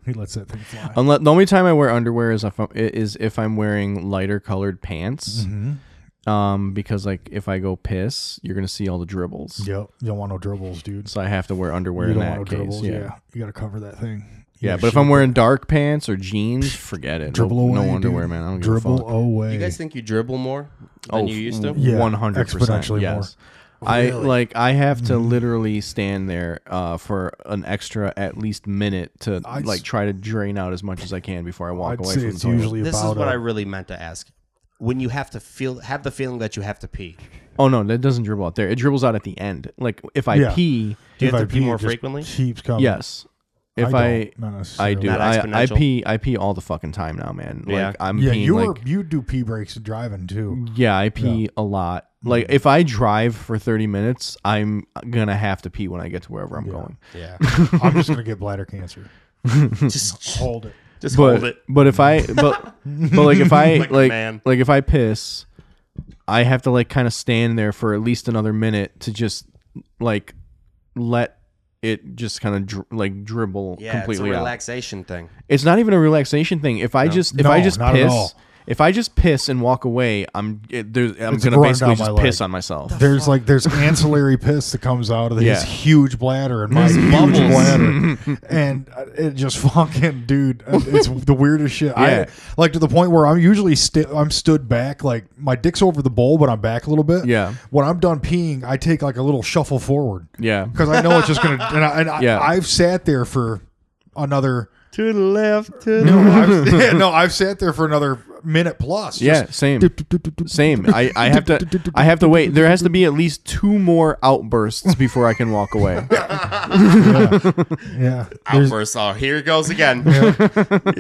Speaker 2: he lets that thing fly.
Speaker 4: Uh, Unless the only time I wear underwear is if I'm, is if I'm wearing lighter colored pants.
Speaker 2: Mm-hmm.
Speaker 4: um, because like if I go piss, you're gonna see all the dribbles.
Speaker 2: Yep. You don't want no dribbles, dude.
Speaker 4: So I have to wear underwear
Speaker 2: you
Speaker 4: in
Speaker 2: don't
Speaker 4: that
Speaker 2: want no
Speaker 4: case.
Speaker 2: dribbles.
Speaker 4: yeah.
Speaker 2: Yeah.
Speaker 4: yeah.
Speaker 2: You got to cover that thing.
Speaker 4: but if I'm wearing dark pants or jeans, forget it.
Speaker 2: dribble
Speaker 4: no,
Speaker 2: away,
Speaker 4: no underwear,
Speaker 2: dude.
Speaker 4: man. I don't give a
Speaker 2: dribble
Speaker 4: fuck.
Speaker 2: away.
Speaker 3: You guys think you dribble more than you used to?
Speaker 2: Yeah,
Speaker 4: Oh, mm, One hundred percent.
Speaker 2: exponentially
Speaker 4: Yes.
Speaker 2: more.
Speaker 4: I
Speaker 2: Really? Mm-hmm.
Speaker 4: like. I have to literally stand there uh, for an extra at least minute to
Speaker 2: I'd
Speaker 4: like
Speaker 2: s-
Speaker 4: try to drain out as much as I can before I walk
Speaker 2: I'd
Speaker 4: away
Speaker 2: say
Speaker 4: from
Speaker 2: it's
Speaker 4: the toilet.
Speaker 2: usually
Speaker 3: This is
Speaker 2: about
Speaker 3: what
Speaker 2: a-
Speaker 3: I really meant to ask. When you have to feel, have the feeling that you have to pee.
Speaker 4: Oh no, that doesn't dribble out there. It dribbles out at the end. Like if I
Speaker 2: Yeah.
Speaker 4: pee,
Speaker 3: Do you
Speaker 2: if
Speaker 3: have
Speaker 2: I
Speaker 3: to pee more
Speaker 2: it just
Speaker 3: frequently?
Speaker 2: Keeps coming.
Speaker 4: yes. If
Speaker 2: I,
Speaker 4: I
Speaker 2: don't, not
Speaker 4: I
Speaker 2: necessarily.
Speaker 4: do.
Speaker 3: Not
Speaker 4: I, I
Speaker 3: exponential.
Speaker 4: pee. I pee all the fucking time now, man.
Speaker 3: Yeah.
Speaker 4: Like I'm
Speaker 2: Yeah,
Speaker 4: peeing.
Speaker 2: you were
Speaker 4: like,
Speaker 2: you do pee breaks and driving too.
Speaker 4: yeah, I pee a lot.
Speaker 2: Mm-hmm.
Speaker 4: Like if I drive for 30 minutes, I'm gonna have to pee when I get to wherever I'm going.
Speaker 3: Yeah.
Speaker 2: I'm just gonna get bladder cancer.
Speaker 3: just
Speaker 2: Hold it.
Speaker 3: just
Speaker 4: But
Speaker 3: hold it.
Speaker 4: but if I but but like if I
Speaker 3: Like
Speaker 4: like
Speaker 3: a
Speaker 4: like,
Speaker 3: man.
Speaker 4: if I piss, I have to like kind of stand there for at least another minute to just like let it just kind of dr- like dribble
Speaker 3: Yeah,
Speaker 4: completely
Speaker 3: it's a
Speaker 4: out.
Speaker 3: relaxation thing.
Speaker 4: It's not even a relaxation thing. If I just if
Speaker 2: No,
Speaker 4: I just
Speaker 2: not at
Speaker 4: piss,
Speaker 2: all.
Speaker 4: if I just piss and walk away, I'm it, there's, I'm
Speaker 2: It's
Speaker 4: gonna
Speaker 2: run
Speaker 4: basically
Speaker 2: down
Speaker 4: just
Speaker 2: my
Speaker 4: piss
Speaker 2: leg.
Speaker 4: on myself.
Speaker 2: There's like there's ancillary piss that comes out of his
Speaker 4: Yeah.
Speaker 2: huge bladder and my huge bladder, and uh, it just fucking dude, uh, it's the weirdest shit.
Speaker 4: Yeah.
Speaker 2: I like to the point where I'm usually sti- I'm stood back, like my dick's over the bowl, but I'm back a little bit.
Speaker 4: Yeah.
Speaker 2: When I'm done peeing, I take like a little shuffle forward
Speaker 4: Yeah,
Speaker 2: because I know it's just gonna. And, I, and
Speaker 4: Yeah.
Speaker 2: I, I've sat there for another.
Speaker 3: To the left, to
Speaker 2: No I've, yeah, no, I've sat there for another minute plus.
Speaker 4: yeah,
Speaker 2: just-
Speaker 4: same, same. I, I have to I have to wait. There has to be at least two more outbursts before I can walk away.
Speaker 2: yeah.
Speaker 3: outbursts are here it goes again. you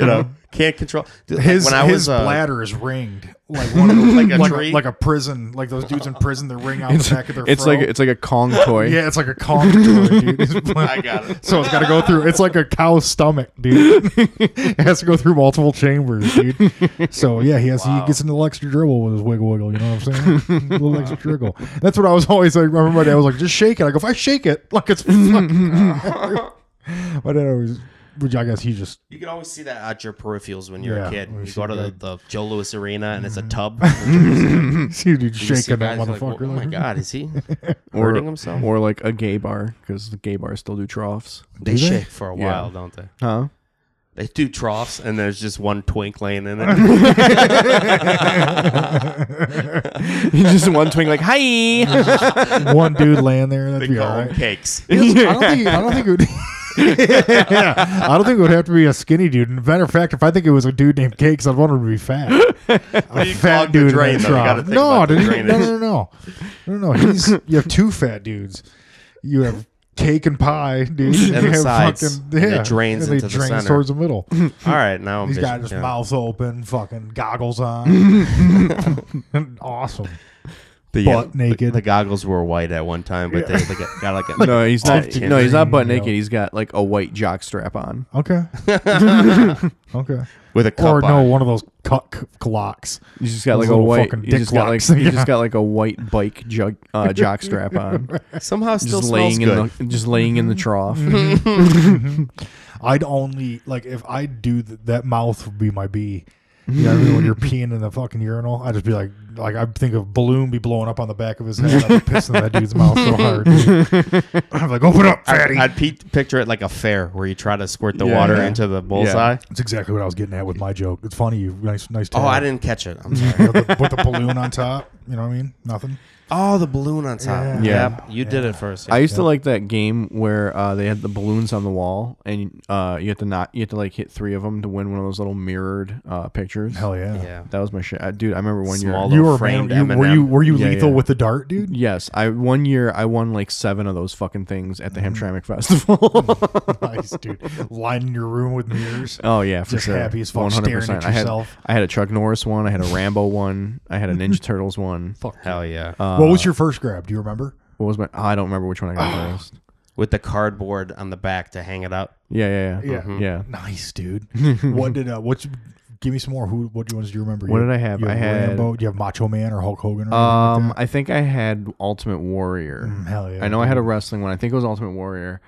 Speaker 3: know, can't control. Dude, like,
Speaker 2: His
Speaker 3: when I
Speaker 2: his
Speaker 3: was uh,
Speaker 2: bladder is ringed like one of those,
Speaker 3: Like a
Speaker 2: like,
Speaker 3: tree?
Speaker 2: like a prison, like those dudes in prison. They ring out the back of their.
Speaker 4: It's
Speaker 2: fro.
Speaker 4: like it's like a Kong toy.
Speaker 2: yeah, it's like a conch toy, dude. His bladder-
Speaker 3: I got it.
Speaker 2: So it's got to go through. It's like a cow's stomach, dude. it has to go through multiple chambers, dude. So yeah, he has he gets into little extra dribble with his wiggle wiggle. You know what I'm saying? A little extra dribble. That's what I was always like. I remember my dad was like, just shake it. I go, if I shake it, like it's. fucking-" my dad always, which I guess he just
Speaker 3: You can always see that at your peripherals when you're
Speaker 2: Yeah,
Speaker 3: a kid.
Speaker 2: we
Speaker 3: You
Speaker 2: see
Speaker 3: go to the,
Speaker 2: that.
Speaker 3: the Joe Louis Arena and it's a tub. You
Speaker 2: see dude
Speaker 3: see
Speaker 2: Mm-hmm. shaking that
Speaker 3: guys like,
Speaker 2: motherfucker.
Speaker 3: oh my god, is he
Speaker 4: or,
Speaker 3: hurting himself?
Speaker 4: or like a gay bar because the gay bars still do troughs.
Speaker 3: They shake for a
Speaker 4: Yeah.
Speaker 3: while, don't they?
Speaker 4: Huh?
Speaker 3: They do troughs and there's just one twink laying in it.
Speaker 4: just one twink like hi.
Speaker 2: one dude laying there. That'd
Speaker 3: they
Speaker 2: be
Speaker 3: call
Speaker 2: all
Speaker 3: them
Speaker 2: right.
Speaker 3: cakes.
Speaker 2: I don't think. I don't think it would. yeah, I don't think it would have to be a skinny dude. And matter of fact, if I think it was a dude named Cakes, I'd want him to be fat.
Speaker 3: What do
Speaker 2: A
Speaker 3: you call
Speaker 2: fat
Speaker 3: the
Speaker 2: dude in
Speaker 3: drain,
Speaker 2: that
Speaker 3: though? You
Speaker 2: trial.
Speaker 3: gotta think
Speaker 2: No,
Speaker 3: about the
Speaker 2: dude,
Speaker 3: drain
Speaker 2: no,
Speaker 3: is-
Speaker 2: no, no, no, no, no. He's you have two fat dudes. You have cake and pie, dude. you
Speaker 3: the
Speaker 2: have
Speaker 3: sides.
Speaker 2: fucking
Speaker 3: And
Speaker 2: yeah,
Speaker 3: it drains
Speaker 2: and they
Speaker 3: into the
Speaker 2: drains
Speaker 3: center.
Speaker 2: towards the middle.
Speaker 3: All right, now I'm
Speaker 2: He's got
Speaker 3: vision-
Speaker 2: his
Speaker 3: yeah.
Speaker 2: mouth open, fucking goggles on. awesome.
Speaker 3: The, uh,
Speaker 2: butt naked.
Speaker 3: The, the goggles were white at one time, but they, they got, got like a
Speaker 4: No, he's not.
Speaker 3: Often.
Speaker 4: No, he's not butt
Speaker 2: Yeah.
Speaker 4: naked. He's got like a white jock strap on.
Speaker 2: Okay. okay.
Speaker 3: with a cup
Speaker 2: Or no,
Speaker 3: on. it.
Speaker 2: one of those cuck clocks.
Speaker 4: He's just got like
Speaker 2: Those
Speaker 4: a
Speaker 2: little
Speaker 4: white.
Speaker 2: fucking
Speaker 4: He's
Speaker 2: dick
Speaker 4: just got like
Speaker 2: locks.
Speaker 4: he's
Speaker 2: Yeah.
Speaker 4: just got like a white bike jug, uh, jock strap on.
Speaker 3: Somehow still
Speaker 4: Just
Speaker 3: smells
Speaker 4: laying
Speaker 3: good. Mm-hmm.
Speaker 4: in the just laying in the trough.
Speaker 2: Mm-hmm. I'd only like if I do th- that mouth would be my bee. You know, what I mean? when you're peeing in the fucking urinal, I'd just be like, like I think of balloon be blowing up on the back of his head. I'd be pissing that dude's mouth so hard. I'm like, open up, fatty.
Speaker 3: I'd pe- picture it like a fair where you try to squirt the
Speaker 4: Yeah.
Speaker 3: water
Speaker 4: Yeah.
Speaker 3: into the bullseye.
Speaker 2: That's exactly what I was getting at with my joke. It's funny, you nice, nice.
Speaker 3: Oh,
Speaker 2: tag.
Speaker 3: I didn't catch it. I'm sorry.
Speaker 2: You know, the- with the balloon on top. You know what I mean? Nothing.
Speaker 3: oh, the balloon on top.
Speaker 2: Yeah.
Speaker 4: Yeah.
Speaker 3: Yep, you did it first.
Speaker 4: I used to like that game where uh, they had the balloons on the wall, and uh, you had to not you had to like hit three of them to win one of those little mirrored uh, pictures.
Speaker 2: Hell yeah.
Speaker 3: yeah.
Speaker 4: That was my shit, I, dude. I remember one year.
Speaker 3: Small
Speaker 2: You were
Speaker 3: Little
Speaker 2: a man.
Speaker 3: framed
Speaker 2: You, were
Speaker 3: M&M.
Speaker 2: you were you
Speaker 4: Yeah,
Speaker 2: lethal
Speaker 4: yeah.
Speaker 2: with the dart, dude?
Speaker 4: Yes, I one year I won like seven of those fucking things at the
Speaker 2: Mm-hmm.
Speaker 4: Hamtramck Festival.
Speaker 2: nice, dude. Lining your room with mirrors.
Speaker 4: oh yeah, for
Speaker 2: Just
Speaker 4: sure.
Speaker 2: happy as fuck, staring at
Speaker 4: I had
Speaker 2: yourself.
Speaker 4: I had a Chuck Norris one. I had a Rambo one. I had a Ninja Turtles one.
Speaker 2: Fuck.
Speaker 3: Hell yeah. Uh,
Speaker 2: what was your first grab? Do you remember?
Speaker 4: What was my? I don't remember which one I got first.
Speaker 3: With the cardboard on the back to hang it up.
Speaker 4: Yeah, yeah, yeah,
Speaker 2: Yeah.
Speaker 4: Mhm. yeah.
Speaker 2: Nice, dude. what did uh, what? Give me some more. Who? What ones do you remember?
Speaker 4: What
Speaker 2: You-
Speaker 4: did I have?
Speaker 2: You
Speaker 4: I had-
Speaker 2: Rambo. Do you have Macho Man or Hulk Hogan? Or anything
Speaker 4: Um,
Speaker 2: like
Speaker 4: I think I had Ultimate Warrior.
Speaker 2: that? Mm-hmm. Mm, hell yeah.
Speaker 4: I know I had a wrestling one. I think it was Ultimate Warrior.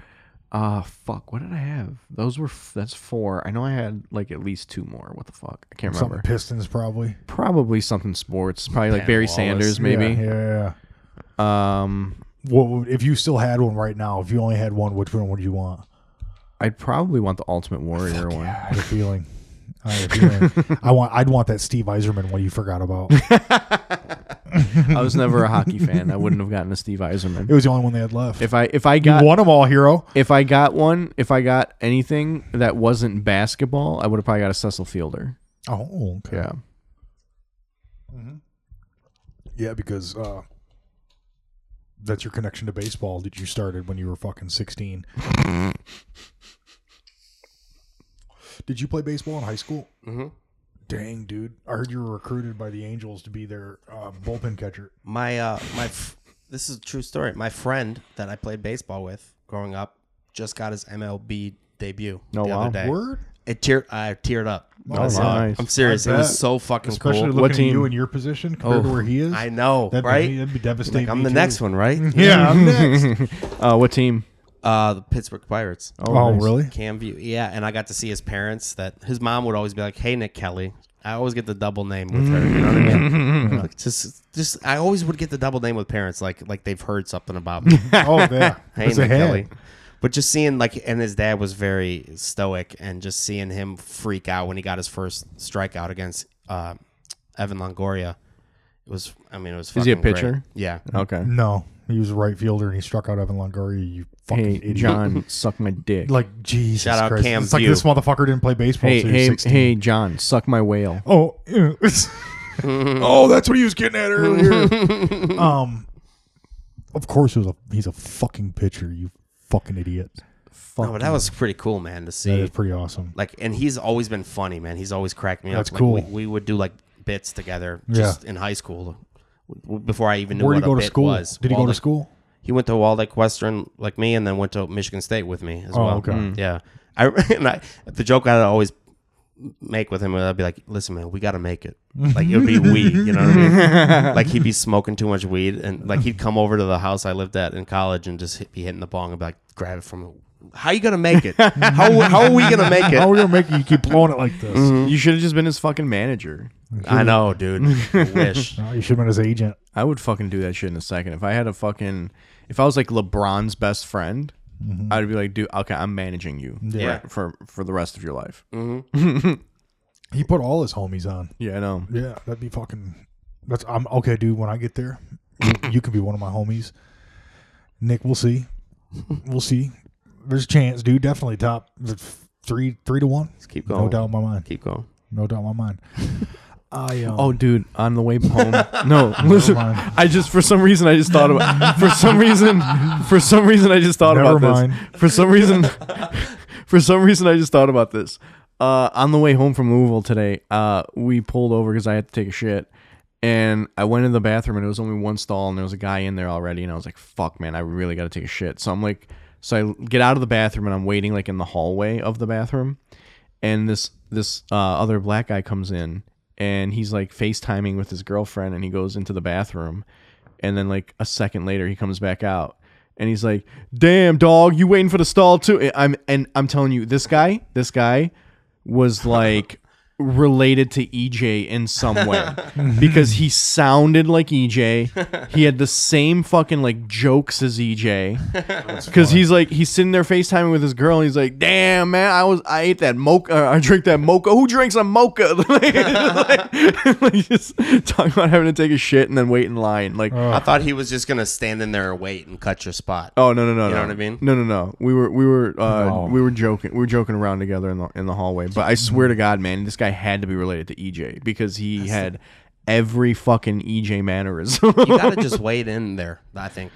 Speaker 4: Uh fuck. What did I have? Those were f- that's four. I know I had like at least two more. What the fuck? I can't
Speaker 2: Something
Speaker 4: remember.
Speaker 2: Pistons probably.
Speaker 4: Probably something sports. Probably like Barry Sanders,
Speaker 2: Yeah,
Speaker 4: maybe.
Speaker 2: yeah, yeah.
Speaker 4: Um,
Speaker 2: What would, if you still had one right now? If you only had one, which one would you want?
Speaker 4: I'd probably want the Ultimate Warrior one.
Speaker 2: I had a feeling. I had a feeling. I want. I'd want that Steve Eiserman one you forgot about. It
Speaker 4: I was never a hockey fan. I wouldn't have gotten a Steve Eiserman.
Speaker 2: was the only one they had left.
Speaker 4: If I if I
Speaker 2: you
Speaker 4: got
Speaker 2: won them all, hero.
Speaker 4: if I got one, if I got anything that wasn't basketball, I would have probably got a Cecil Fielder.
Speaker 2: Oh, okay.
Speaker 4: Yeah.
Speaker 2: Yeah, because uh, that's your connection to baseball that you started when you were fucking 16. Did you play baseball in high school? Mm-hmm. Dang, dude. I heard you were recruited by the Angels to be their uh, bullpen catcher.
Speaker 3: My uh, my, f- this is a true story. My friend that I played baseball with growing up just got his MLB debut
Speaker 4: Oh,
Speaker 3: the
Speaker 4: wow.
Speaker 3: other day.
Speaker 2: Word?
Speaker 3: It teared. I teared up. when I
Speaker 2: Oh,
Speaker 3: saw it.
Speaker 4: nice.
Speaker 3: I'm serious.
Speaker 2: I
Speaker 3: It
Speaker 2: bet.
Speaker 3: was so fucking
Speaker 2: Especially
Speaker 3: cool.
Speaker 2: looking
Speaker 4: What
Speaker 2: at
Speaker 4: team?
Speaker 2: you in your position compared to where he is.
Speaker 3: Oh, I know,
Speaker 2: that'd
Speaker 3: right?
Speaker 2: Be, that'd be
Speaker 3: like
Speaker 2: devastating.
Speaker 3: I'm the
Speaker 2: too.
Speaker 3: next one, right?
Speaker 2: Yeah, I'm next.
Speaker 4: Uh, what team?
Speaker 3: Uh, the Pittsburgh Pirates.
Speaker 2: oh,
Speaker 4: nice.
Speaker 2: really?
Speaker 3: Camview. Yeah, and I got to see his parents. That his mom would always be like, "Hey, Nick Kelly." I always get the double name with her. You know what
Speaker 2: Mm.
Speaker 3: I mean? Like, just, just I always would get the double name with parents, like like they've heard something about me.
Speaker 2: Oh, yeah.
Speaker 3: hey,
Speaker 2: It's a
Speaker 3: Nick
Speaker 2: head.
Speaker 3: Kelly. But just seeing like, and his dad was very stoic, and just seeing him freak out when he got his first strikeout against uh, Evan Longoria, it was. I mean, it was.
Speaker 4: Is he a
Speaker 3: fucking great.
Speaker 4: pitcher?
Speaker 3: Yeah.
Speaker 4: Okay.
Speaker 2: No, he was a right fielder and he struck out Evan Longoria. You fucking
Speaker 4: Hey,
Speaker 2: idiot.
Speaker 4: John, suck my dick.
Speaker 2: Like Jesus
Speaker 3: Shout out
Speaker 2: Christ!
Speaker 3: Cam
Speaker 2: it's like
Speaker 3: View.
Speaker 2: this motherfucker didn't play baseball.
Speaker 4: hey,
Speaker 2: till he was
Speaker 4: hey,
Speaker 2: 16.
Speaker 4: hey, John, suck my whale.
Speaker 2: Oh, ew. oh, that's what he was getting at earlier. um, of course, he was a he's a fucking pitcher. You fucking idiot.
Speaker 4: Fuck.
Speaker 3: No, but that was pretty cool, man, to
Speaker 2: That
Speaker 3: see.
Speaker 2: is pretty awesome.
Speaker 3: like and he's always been funny man he's always cracked me
Speaker 2: That's
Speaker 3: up Like,
Speaker 2: cool.
Speaker 3: we, we would do like bits together just in high school w- before i even knew
Speaker 2: Where
Speaker 3: what
Speaker 2: did he
Speaker 3: a
Speaker 2: go to
Speaker 3: bit
Speaker 2: school?
Speaker 3: was
Speaker 2: Did he go to
Speaker 3: Waldeck-
Speaker 2: school?
Speaker 3: he went to Waldeck Western like me, and then went to Michigan State with me as
Speaker 2: Oh,
Speaker 3: well.
Speaker 2: okay. Mm.
Speaker 3: Yeah, I and I the joke I'd always make with him, I'd be like, "Listen, man, we got to make it." Like it would be we, you know what I mean? like he'd be smoking too much weed, and like he'd come over to the house I lived at in college and just hit, be hitting the bong and be like, "Grab it from." How you gonna make it? how how are we gonna make
Speaker 2: How are
Speaker 3: it?
Speaker 2: Oh, we gonna make you keep blowing it like this?
Speaker 3: Mm-hmm.
Speaker 4: you should have just been his fucking manager.
Speaker 3: I know, dude. I wish.
Speaker 2: No, Oh, you should have been his agent.
Speaker 4: I would fucking do that shit in a second. If I had a fucking, if I was like LeBron's best friend, I'd be like, dude, okay, I'm managing you
Speaker 3: Yeah.
Speaker 4: for for, for the rest of your life.
Speaker 2: He put all his homies on.
Speaker 4: Yeah, I know.
Speaker 2: Yeah, that'd be fucking. That's I'm okay, dude. When I get there, you- you could be one of my homies. Nick, we'll see. We'll see. There's a chance, dude. Definitely top three, three to one.
Speaker 3: Keep
Speaker 2: No
Speaker 3: going.
Speaker 2: doubt in my mind.
Speaker 3: Keep going.
Speaker 2: No doubt in my mind. I um,
Speaker 4: Oh, dude, on the way home. no, listen.
Speaker 2: mind.
Speaker 4: I just for some reason I just thought about for some reason for some reason I just thought
Speaker 2: Never
Speaker 4: about
Speaker 2: mind.
Speaker 4: this. For some reason for some reason I just thought about this. Uh, on the way home from Louisville today, uh, we pulled over because I had to take a shit, and I went in the bathroom and it was only one stall and there was a guy in there already and I was like, "Fuck, man, I really got to take a shit." So I'm like, so I get out of the bathroom and I'm waiting like in the hallway of the bathroom, and this this uh, other black guy comes in and he's like FaceTiming with his girlfriend and he goes into the bathroom and then like a second later he comes back out and he's like damn dog you waiting for the stall too And I'm and I'm telling you this guy this guy was like related to EJ in some way because he sounded like EJ he had the same fucking like jokes as E EJ because he's like he's sitting there FaceTiming with his girl and he's like, "Damn man, I was I ate that mocha, or I drank that mocha. Who drinks a mocha?" like, like, just talking about having to take a shit and then wait in line. Like,
Speaker 3: I thought he was just gonna stand in there and wait and cut your spot.
Speaker 4: oh no no no,
Speaker 3: You
Speaker 4: no.
Speaker 3: know what I mean?
Speaker 4: No no no. We were we were uh, we were joking we were joking around together in the in the hallway. But I swear to God, man, this guy had to be related to EJ because he had every fucking EJ mannerism.
Speaker 3: you gotta just wait in there. I think.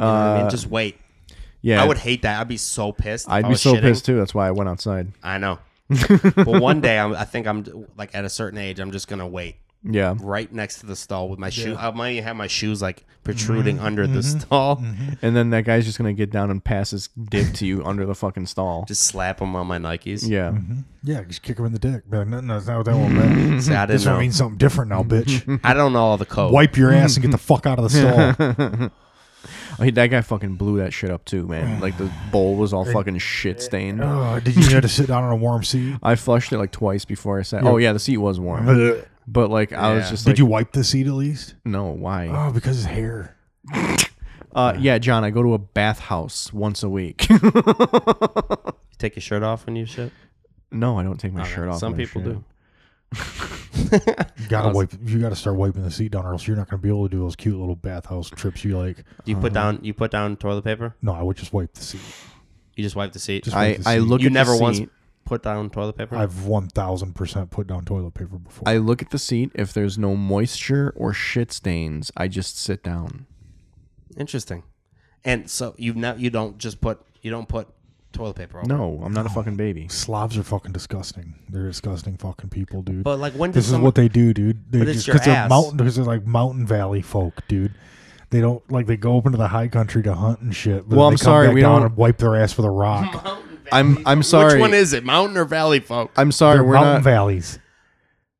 Speaker 3: You know what I mean? Just wait.
Speaker 4: Uh, yeah,
Speaker 3: I would hate that. I'd be so pissed. if
Speaker 4: I'd
Speaker 3: I
Speaker 4: be
Speaker 3: was
Speaker 4: so
Speaker 3: shitting.
Speaker 4: pissed too. That's why I went outside.
Speaker 3: I know. but one day, I'm, I think I'm like at a certain age. I'm just gonna wait
Speaker 4: Yeah.
Speaker 3: right next to the stall with my shoe. I might even have my shoes like protruding under the stall.
Speaker 4: And then that guy's just gonna get down and pass his dick to you under the fucking stall.
Speaker 3: Just slap them on my Nikes.
Speaker 4: yeah.
Speaker 2: yeah, just kick him in the dick. Be like, no, no, that's not what that one meant.
Speaker 3: See, Mm-hmm. I
Speaker 2: This
Speaker 3: didn't
Speaker 2: one
Speaker 3: know.
Speaker 2: means something different now, bitch.
Speaker 3: Oh. I don't know all the code.
Speaker 2: Wipe your ass and get the fuck out of the stall.
Speaker 4: Hey, Oh, that guy fucking blew that shit up too, man. Like the bowl was all fucking shit stained.
Speaker 2: Ugh, did you have to sit down on a warm seat?
Speaker 4: I flushed it like twice before I sat. Oh yeah, the seat was warm,
Speaker 2: did
Speaker 4: but like I was just like,
Speaker 2: you wipe the seat at least?
Speaker 4: no, why?
Speaker 2: Oh, because his hair.
Speaker 4: Uh, yeah, John, I go to a bathhouse once a week.
Speaker 3: You take your shirt off when you shit.
Speaker 4: no, I don't take my shirt off.
Speaker 3: Some
Speaker 4: when I
Speaker 3: people
Speaker 4: shit.
Speaker 3: do.
Speaker 2: You gotta wipe. You gotta start wiping the seat down, or else you're not gonna be able to do those cute little bathhouse trips. You like?
Speaker 3: You put down you put down toilet paper.
Speaker 2: No, I would just wipe the seat.
Speaker 3: You just wipe the seat.
Speaker 2: Just
Speaker 4: I
Speaker 2: wipe the
Speaker 4: I
Speaker 2: seat.
Speaker 4: look.
Speaker 3: you
Speaker 4: at the
Speaker 3: never once
Speaker 4: seat.
Speaker 3: put down toilet paper.
Speaker 2: I've one thousand percent put down toilet paper before.
Speaker 4: I look at the seat. If there's no moisture or shit stains, I just sit down.
Speaker 3: Interesting. And so you've not you don't just put you don't put toilet paper. Over.
Speaker 4: No, I'm not a fucking baby.
Speaker 2: Slavs are fucking disgusting. They're disgusting fucking people, dude.
Speaker 3: But like when does
Speaker 2: this is
Speaker 3: someone,
Speaker 2: what they do, dude. They
Speaker 3: But it's
Speaker 2: just
Speaker 3: your
Speaker 2: because they're
Speaker 3: ass.
Speaker 2: mountain because they're like mountain valley folk, dude. They don't like they go up into the high country to hunt and shit. But
Speaker 4: Well,
Speaker 2: then
Speaker 4: I'm
Speaker 2: they
Speaker 4: sorry,
Speaker 2: Come back
Speaker 4: we
Speaker 2: down
Speaker 4: don't-
Speaker 2: and wipe their ass with a rock.
Speaker 4: I'm I'm sorry.
Speaker 3: Which one is it? Mountain or valley folk?
Speaker 4: I'm sorry.
Speaker 2: they're
Speaker 4: We're
Speaker 2: mountain
Speaker 4: not.
Speaker 2: valleys,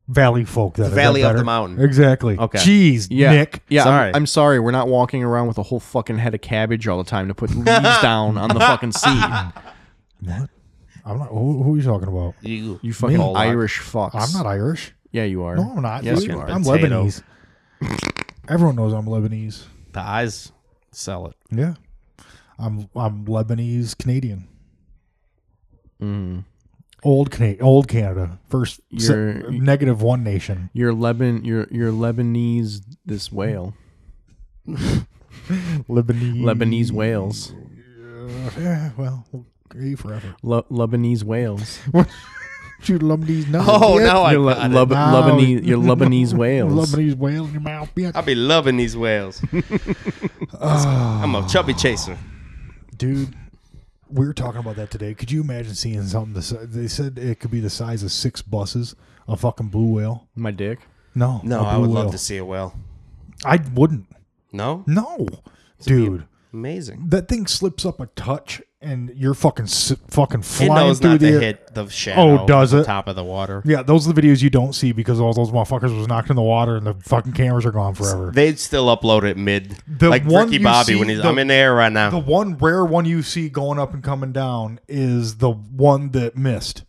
Speaker 2: valley folk. That is that
Speaker 3: valley of the
Speaker 2: better?
Speaker 3: mountain.
Speaker 2: Exactly.
Speaker 3: Okay.
Speaker 2: Jeez,
Speaker 4: Yeah,
Speaker 2: Nick.
Speaker 4: yeah.
Speaker 3: Sorry.
Speaker 4: I'm, I'm sorry. We're not walking around with a whole fucking head of cabbage all the time to put leaves down on the fucking seat.
Speaker 2: What? I'm not. Who, who are you talking about?
Speaker 3: You
Speaker 4: You fucking
Speaker 3: Ball lock.
Speaker 4: Irish fucks.
Speaker 2: I'm not Irish.
Speaker 4: Yeah, you are.
Speaker 2: No, I'm not.
Speaker 4: Yes,
Speaker 2: dude.
Speaker 4: you are.
Speaker 2: I'm
Speaker 3: Potato.
Speaker 2: Lebanese. Everyone knows I'm Lebanese.
Speaker 3: the eyes sell it.
Speaker 2: Yeah, I'm I'm Lebanese Canadian.
Speaker 4: Mm.
Speaker 2: Old Canada, old Canada, first se-
Speaker 4: You're-
Speaker 2: negative one nation.
Speaker 4: You're Leban. You're you're Lebanese. This whale,
Speaker 2: Lebanese,
Speaker 4: Lebanese whales,
Speaker 2: Yeah, well, okay, forever.
Speaker 4: Le- Lebanese whales.
Speaker 2: Shoot Lebanese nose.
Speaker 3: Oh
Speaker 2: yeah.
Speaker 3: no, I
Speaker 4: you're Le-
Speaker 3: got it.
Speaker 4: Leb-
Speaker 2: Wow.
Speaker 4: Lebanese. You're Lebanese whales.
Speaker 2: Lebanese whale in your mouth. Yeah.
Speaker 3: I'll be loving these whales. I'm a chubby chaser.
Speaker 2: dude. We were talking about that today. Could you imagine seeing something? The, si- they said it could be the size of six buses. A fucking blue whale.
Speaker 4: My dick.
Speaker 2: No,
Speaker 3: No,
Speaker 2: a
Speaker 3: I
Speaker 2: blue
Speaker 3: would
Speaker 2: whale.
Speaker 3: love to see a whale.
Speaker 2: I wouldn't.
Speaker 3: No,
Speaker 2: No, dude.
Speaker 3: amazing.
Speaker 2: that thing slips up a touch and you're fucking s- fucking
Speaker 3: It
Speaker 2: flying
Speaker 3: knows
Speaker 2: through
Speaker 3: not
Speaker 2: the
Speaker 3: to
Speaker 2: air.
Speaker 3: hit the shadow.
Speaker 2: Oh, does
Speaker 3: on
Speaker 2: it?
Speaker 3: Top of the water.
Speaker 2: Yeah, those are the videos you don't see because all those motherfuckers was knocked in the water and the fucking cameras are gone forever.
Speaker 3: They'd still upload it mid,
Speaker 2: The
Speaker 3: like
Speaker 2: one
Speaker 3: Ricky
Speaker 2: you
Speaker 3: Bobby
Speaker 2: see-
Speaker 3: when he's.
Speaker 2: the-
Speaker 3: I'm in the air right now.
Speaker 2: the one rare one you see going up and coming down is the one that missed,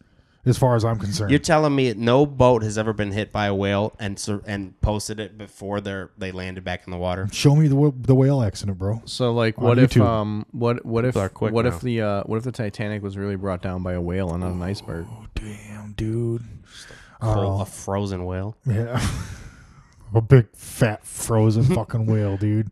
Speaker 2: as far as I'm concerned.
Speaker 3: You're telling me no boat has ever been hit by a whale and sur- and posted it before they are they landed back in the water?
Speaker 2: Show me the wh- the whale accident, bro.
Speaker 4: So like,
Speaker 2: On
Speaker 4: what if
Speaker 2: YouTube.
Speaker 4: um, what what if
Speaker 3: People are quick
Speaker 4: what
Speaker 3: now.
Speaker 4: if the uh, what if the Titanic was really brought down by a whale and not an iceberg?
Speaker 2: Oh damn, dude.
Speaker 3: Fro-
Speaker 2: Oh,
Speaker 3: a frozen whale.
Speaker 2: yeah. A big fat frozen fucking whale, dude.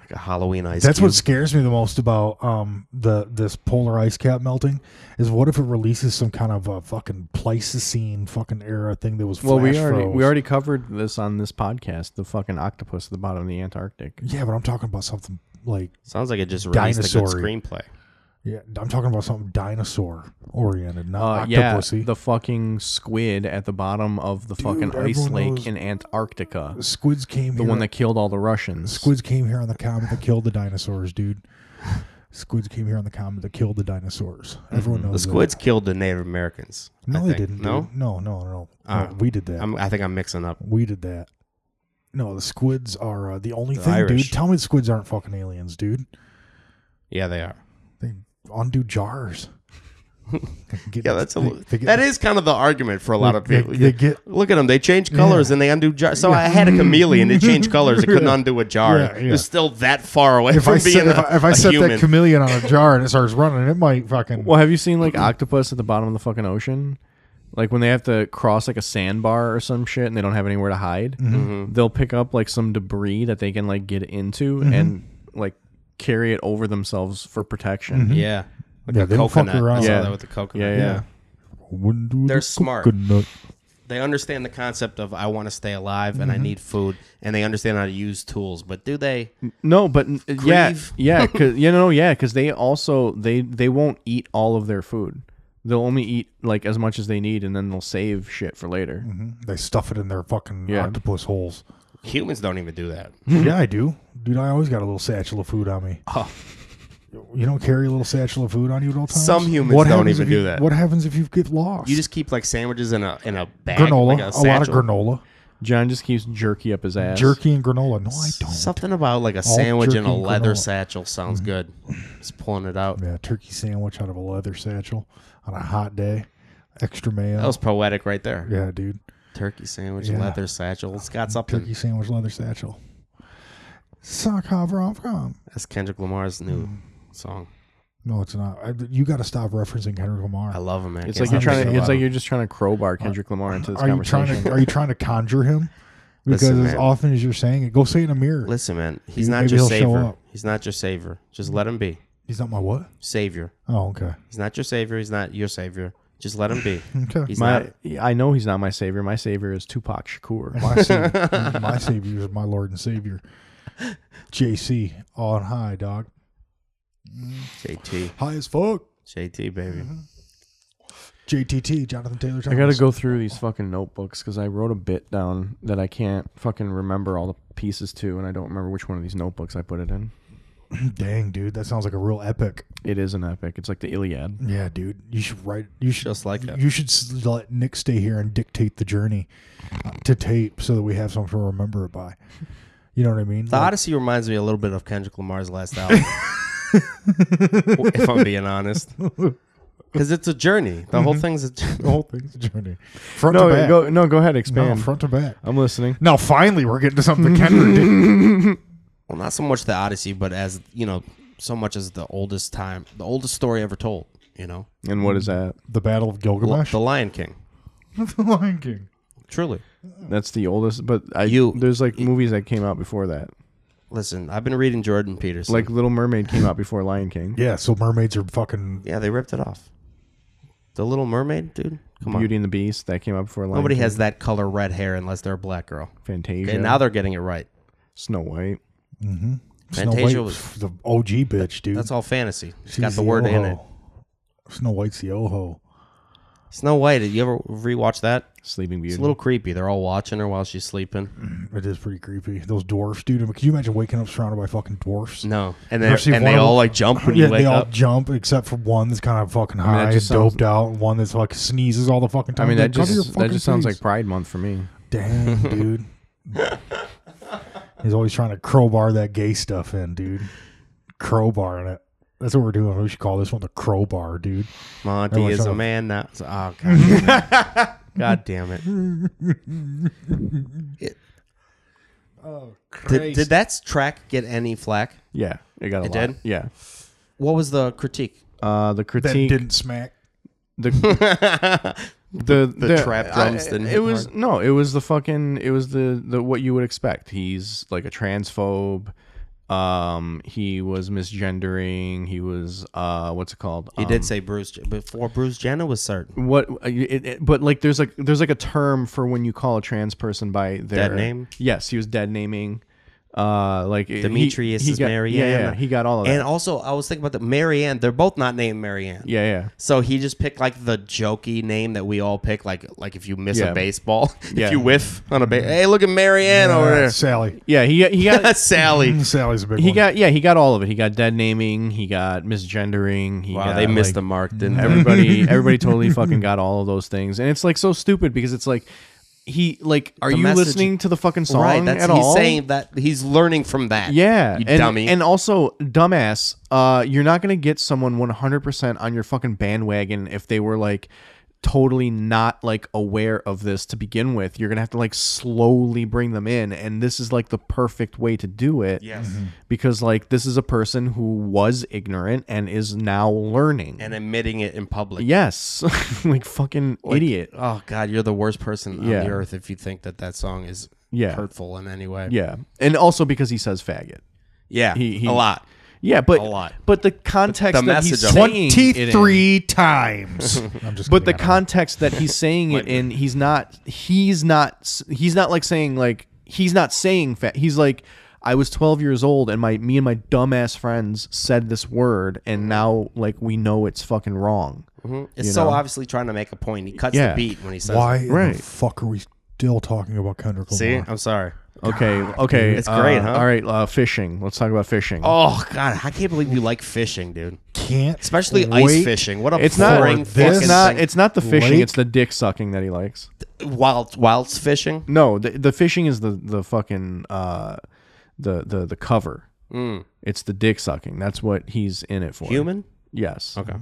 Speaker 3: Like a Halloween ice.
Speaker 2: That's what
Speaker 3: cube.
Speaker 2: scares me the most about um the this polar ice cap melting is what if it releases some kind of a fucking Pleistocene fucking era thing that was
Speaker 4: Well, we
Speaker 2: flash
Speaker 4: already
Speaker 2: froze.
Speaker 4: we already covered this on this podcast. The fucking octopus at the bottom of the Antarctic.
Speaker 2: yeah, but I'm talking about something like
Speaker 3: sounds like it just released a
Speaker 2: Dinosaur-y. Oh,
Speaker 3: good screenplay.
Speaker 2: yeah, I'm talking about something dinosaur oriented,
Speaker 4: Uh,
Speaker 2: not
Speaker 4: yeah,
Speaker 2: octopusy.
Speaker 4: the fucking squid at the bottom of the fucking ice
Speaker 2: everyone
Speaker 4: lake
Speaker 2: knows-
Speaker 4: in Antarctica.
Speaker 2: squids came
Speaker 4: The
Speaker 2: here.
Speaker 4: one that killed all the Russians.
Speaker 2: squids came here on the comet that killed the dinosaurs, dude. Squids came here on the comet that killed the dinosaurs. Everyone
Speaker 4: Mm-hmm.
Speaker 2: knows
Speaker 3: The squids killed the Native Americans.
Speaker 2: That. No,
Speaker 3: I
Speaker 2: they
Speaker 3: think.
Speaker 2: didn't. dude.
Speaker 3: No,
Speaker 2: no, no, no. no.
Speaker 3: Uh,
Speaker 2: we did that.
Speaker 3: I'm, I think I'm mixing up.
Speaker 2: We did that. No, the squids are uh, the only
Speaker 3: The
Speaker 2: thing,
Speaker 3: Irish.
Speaker 2: dude. Tell me the squids aren't fucking aliens, dude.
Speaker 3: Yeah, they are.
Speaker 2: They undo jars. They get-
Speaker 3: Yeah, that's a
Speaker 2: they-
Speaker 3: li-
Speaker 2: they get-
Speaker 3: that is kind of the argument for a lot of
Speaker 2: They-
Speaker 3: people.
Speaker 2: they get-
Speaker 3: Look at them; they change colors and they undo jars. So I had a chameleon; it changed colors; it couldn't undo a jar.
Speaker 2: Yeah, yeah.
Speaker 3: It's still that far away
Speaker 2: If
Speaker 3: from
Speaker 2: I
Speaker 3: being
Speaker 2: set,
Speaker 3: a,
Speaker 2: if I, if I
Speaker 3: a
Speaker 2: set
Speaker 3: human.
Speaker 2: that chameleon on a jar and it starts running, it might fucking.
Speaker 4: Well, have you seen like octopus at the bottom of the fucking ocean? Like when they have to cross like a sandbar or some shit and they don't have anywhere to hide,
Speaker 2: Mm-hmm.
Speaker 4: they'll pick up like some debris that they can like get into
Speaker 2: Mm-hmm.
Speaker 4: and like carry it over themselves for
Speaker 2: Mm-hmm.
Speaker 4: protection.
Speaker 3: yeah,
Speaker 2: Hmm?
Speaker 3: like
Speaker 2: Yeah,
Speaker 3: a
Speaker 2: they don't fuck
Speaker 3: coconut. I
Speaker 2: around.
Speaker 3: saw
Speaker 4: Yeah.
Speaker 3: that with the
Speaker 4: Yeah,
Speaker 3: coconut.
Speaker 4: yeah.
Speaker 2: Undo the
Speaker 3: They're smart.
Speaker 2: coconut.
Speaker 3: they understand the concept of I want to stay alive and I
Speaker 2: Mm-hmm.
Speaker 3: need food, and they understand how to use tools. But do they?
Speaker 4: No, but n- yeah,
Speaker 3: Grieve.
Speaker 4: yeah, cause, you know, yeah, because they also they they won't eat all of their food. They'll only eat like as much as they need, and then they'll save shit for later.
Speaker 2: Mm-hmm. They stuff it in their fucking
Speaker 4: Yeah.
Speaker 2: octopus holes.
Speaker 3: Humans don't even do that.
Speaker 2: yeah, I do, dude. I always got a little satchel of food on me.
Speaker 3: Oh.
Speaker 2: You don't carry a little satchel of food on you at all times.
Speaker 3: Some humans don't
Speaker 2: happens
Speaker 3: even
Speaker 2: if you-
Speaker 3: do that.
Speaker 2: What happens if you get lost?
Speaker 3: You just keep like sandwiches in a in a bag,
Speaker 2: granola,
Speaker 3: like
Speaker 2: a, lot of
Speaker 3: satchel.
Speaker 2: granola.
Speaker 4: John just keeps jerky up his ass.
Speaker 2: Jerky and granola. No, I don't.
Speaker 3: Something about like a sandwich
Speaker 2: jerky
Speaker 3: and a
Speaker 2: and
Speaker 3: leather
Speaker 2: granola. Mm-hmm.
Speaker 3: satchel sounds good. Just pulling it out.
Speaker 2: Yeah, turkey sandwich out of a leather satchel on a hot day. Extra mayo.
Speaker 3: That was poetic right there.
Speaker 2: yeah, dude.
Speaker 3: Turkey sandwich,
Speaker 2: Yeah. Mm,
Speaker 3: leather satchel. It's got something.
Speaker 2: Turkey sandwich, leather satchel. Sock hover off com.
Speaker 3: That's Kendrick Lamar's new
Speaker 2: Mm.
Speaker 3: song.
Speaker 2: No, it's not. I, you got to stop referencing Henry Lamar.
Speaker 3: I love him, man.
Speaker 4: It's
Speaker 3: Can't
Speaker 4: like you're
Speaker 3: stop
Speaker 4: trying to.
Speaker 3: thinking
Speaker 4: It's like
Speaker 3: about
Speaker 4: you're just trying to crowbar Kendrick Lamar into this
Speaker 2: are you
Speaker 4: conversation.
Speaker 2: trying to? Are you trying to conjure him? Because
Speaker 3: Listen,
Speaker 2: as
Speaker 3: man.
Speaker 2: often as you're saying it, go say it in a mirror.
Speaker 3: him. Listen, man. He's
Speaker 2: You-
Speaker 3: not
Speaker 2: maybe
Speaker 3: your
Speaker 2: he'll show
Speaker 3: savior.
Speaker 2: up.
Speaker 3: He's not your savior. Just let him be.
Speaker 2: He's not my what?
Speaker 3: Savior.
Speaker 2: Oh, okay.
Speaker 3: He's not your savior. He's not your savior. Just let him be.
Speaker 2: Okay.
Speaker 3: He's
Speaker 4: my,
Speaker 3: not.
Speaker 4: I know he's not my savior. My savior is Tupac Shakur.
Speaker 2: My savior, my savior is my Lord and Savior. JC on high, dog.
Speaker 3: JT.
Speaker 2: High as fuck.
Speaker 3: JT, baby.
Speaker 4: Mm-hmm.
Speaker 2: JTT, Jonathan Taylor.
Speaker 4: I gotta go through these fucking notebooks because I wrote a bit down that I can't fucking remember all the pieces to, and I don't remember which one of these notebooks I put it in.
Speaker 2: Dang, dude, that sounds like a real epic.
Speaker 4: It is an epic. It's like the Iliad.
Speaker 2: Yeah, dude, you should write. You should
Speaker 3: Just like that.
Speaker 2: You should s- let Nick stay here and dictate the journey to tape so that we have something to remember it by. You know what I mean?
Speaker 3: The
Speaker 2: Like,
Speaker 3: Odyssey reminds me a little bit of Kendrick Lamar's last album. if I'm being honest. Because it's a journey. The
Speaker 4: Mm-hmm.
Speaker 3: whole thing's a
Speaker 2: the whole thing's a journey. Front
Speaker 4: No,
Speaker 2: to back.
Speaker 4: go no, go ahead,
Speaker 2: no,
Speaker 4: expand.
Speaker 2: front to back.
Speaker 4: I'm listening.
Speaker 2: Now finally, we're getting to something Kendrick did.
Speaker 3: well, not so much the Odyssey, but as you know, so much as the oldest time, the oldest story ever told. You know,
Speaker 4: And what is that?
Speaker 2: The Battle of
Speaker 3: Li-
Speaker 2: Gilgamesh.
Speaker 3: the Lion King.
Speaker 2: the Lion King.
Speaker 3: Truly,
Speaker 4: That's the oldest. But I,
Speaker 3: You-
Speaker 4: there's like movies that came out before that.
Speaker 3: listen, I've been reading Jordan Peterson.
Speaker 4: Like Little Mermaid came out before Lion King.
Speaker 2: Yeah, so mermaids are fucking.
Speaker 3: yeah, they ripped it off. The Little Mermaid, dude. Come on,
Speaker 4: Beauty and the Beast that came out before Lion
Speaker 3: nobody
Speaker 4: King.
Speaker 3: has that color red hair unless they're a black girl.
Speaker 4: Fantasia.
Speaker 3: Okay, now they're getting it right.
Speaker 4: Snow White.
Speaker 2: Snow
Speaker 3: Fantasia
Speaker 2: White,
Speaker 3: was-
Speaker 2: the OG bitch, dude.
Speaker 3: That's all fantasy. It's
Speaker 2: She's
Speaker 3: got the word in it.
Speaker 2: Oho. Snow White's the Oho.
Speaker 3: Snow White. Did you ever rewatch that?
Speaker 4: Sleeping Beauty.
Speaker 3: It's a little creepy. They're all watching her while she's sleeping.
Speaker 2: It is pretty creepy. Those dwarfs, dude. I mean, Can you imagine waking up surrounded by fucking dwarfs?
Speaker 3: No, and
Speaker 2: Ever
Speaker 3: they
Speaker 2: seen
Speaker 3: and
Speaker 2: one
Speaker 3: they
Speaker 2: of
Speaker 3: all
Speaker 2: them?
Speaker 3: like jump when
Speaker 2: yeah,
Speaker 3: you
Speaker 2: they
Speaker 3: wake
Speaker 2: all
Speaker 3: up.
Speaker 2: jump except for one that's kind of fucking
Speaker 4: mean, that
Speaker 2: high and
Speaker 4: just sounds-
Speaker 2: doped out, and one that's like sneezes all the fucking
Speaker 4: I
Speaker 2: time.
Speaker 4: mean that
Speaker 2: Dude, cover your
Speaker 4: just that
Speaker 2: fucking
Speaker 4: just sounds like
Speaker 2: face.
Speaker 4: Pride Month for me.
Speaker 2: dang, dude. He's always trying to crowbar that gay stuff in, dude. Crowbarring it. That's what we're doing. We should call this one the crowbar, dude.
Speaker 3: Monty
Speaker 2: Everyone
Speaker 3: is
Speaker 2: shut
Speaker 3: a
Speaker 2: up.
Speaker 3: man now. So- Oh god, damn it. god damn it! It-
Speaker 2: Oh,
Speaker 3: did, did that track get any flack?
Speaker 4: Yeah, it got a lot.
Speaker 3: It did?
Speaker 4: Yeah.
Speaker 3: What was the critique?
Speaker 4: Uh, the
Speaker 2: That
Speaker 4: critique.
Speaker 2: didn't smack.
Speaker 4: the the,
Speaker 3: The trap drums
Speaker 4: I-
Speaker 3: didn't
Speaker 4: It
Speaker 3: hit
Speaker 4: was
Speaker 3: hard.
Speaker 4: no. It was the fucking. It was the the what you would expect. He's like a transphobe. Um, he was misgendering. He was uh, what's it called?
Speaker 3: He
Speaker 2: Um,
Speaker 3: did say Bruce J- before Bruce Jenner was certain
Speaker 4: what uh, it, it, but like there's like there's like a term for when you call a trans person by their
Speaker 3: Dead name?
Speaker 4: yes he was dead naming uh like he-
Speaker 3: Demetrius
Speaker 4: he
Speaker 3: is
Speaker 4: got-
Speaker 3: Marianne.
Speaker 4: yeah, yeah he got all of
Speaker 3: And
Speaker 4: that
Speaker 3: also, I was thinking about the Marianne. They're both not named Marianne.
Speaker 4: yeah yeah
Speaker 3: So he just picked like the jokey name that we all pick, like like if you miss
Speaker 4: Yeah.
Speaker 3: a baseball,
Speaker 4: Yeah. Mm-hmm.
Speaker 3: if you whiff on a ba- hey, look at Marianne
Speaker 4: Oh,
Speaker 3: over
Speaker 2: Uh,
Speaker 3: there.
Speaker 2: Sally.
Speaker 4: yeah he he got Mm-hmm.
Speaker 3: Sally.
Speaker 2: Sally's a big
Speaker 4: he
Speaker 2: one.
Speaker 4: got yeah he got all of it he got dead naming he got misgendering he
Speaker 3: Wow,
Speaker 4: got,
Speaker 3: they missed the
Speaker 4: like, mm-hmm.
Speaker 3: mark, didn't they?
Speaker 4: everybody everybody totally fucking got all of those things and it's like so stupid because it's like he like are
Speaker 3: The
Speaker 4: you
Speaker 3: message-
Speaker 4: listening to the fucking song
Speaker 3: right, that's
Speaker 4: at
Speaker 3: he's
Speaker 4: all
Speaker 3: saying that he's learning from that.
Speaker 4: Yeah,
Speaker 3: you
Speaker 4: and,
Speaker 3: dummy.
Speaker 4: And also, dumbass, uh, you're not gonna get someone 100% on your fucking bandwagon if they were like totally not like aware of this to begin with. You're gonna have to like slowly bring them in, and this is like the perfect way to do it. Yes, because like this is a person who was ignorant and is now learning.
Speaker 3: and admitting it in public.
Speaker 4: yes, like fucking idiot.
Speaker 3: Oh God, you're the worst person
Speaker 4: Yeah.
Speaker 3: on the earth if you think that that song is
Speaker 4: Yeah.
Speaker 3: hurtful in any way.
Speaker 4: Yeah, and also because he says faggot.
Speaker 3: yeah,
Speaker 4: He- he-
Speaker 3: a lot.
Speaker 4: Yeah, but
Speaker 3: A lot.
Speaker 4: But the context
Speaker 3: The
Speaker 4: that he's
Speaker 3: message of it.
Speaker 4: saying it in-
Speaker 2: Twenty-three times. I'm just
Speaker 4: but the
Speaker 2: kidding, I don't
Speaker 4: context that he's saying it in he's not he's not he's not like saying like he's not saying fat he's like i was 12 years old and my me and my dumbass friends said this word and now like we know it's fucking wrong
Speaker 3: It's
Speaker 4: Mm-hmm. You
Speaker 3: so
Speaker 4: know?
Speaker 3: obviously trying to make a point. He cuts
Speaker 4: Yeah.
Speaker 3: the beat when he says,
Speaker 2: know. why
Speaker 4: Right.
Speaker 2: the fuck are we still talking about Kendrick
Speaker 3: "See,
Speaker 2: Lamar?
Speaker 3: I'm sorry."
Speaker 4: Okay, okay.
Speaker 3: It's great,
Speaker 4: uh,
Speaker 3: huh?
Speaker 4: All right, uh, fishing. Let's talk about fishing.
Speaker 3: Oh God, I can't believe you like fishing, dude.
Speaker 2: Can't
Speaker 3: Especially
Speaker 2: wait.
Speaker 3: ice fishing. What a
Speaker 4: it's not.
Speaker 3: boring
Speaker 4: It's
Speaker 3: fucking
Speaker 4: not.
Speaker 3: thing.
Speaker 4: It's not the fishing.
Speaker 2: Lake?
Speaker 4: It's the dick sucking that he likes.
Speaker 3: wild wild fishing.
Speaker 4: No, the, the fishing is the the fucking uh, the the the cover. It's the dick sucking. That's what he's in it for.
Speaker 3: Mm. Human.
Speaker 4: Yes.
Speaker 3: Okay.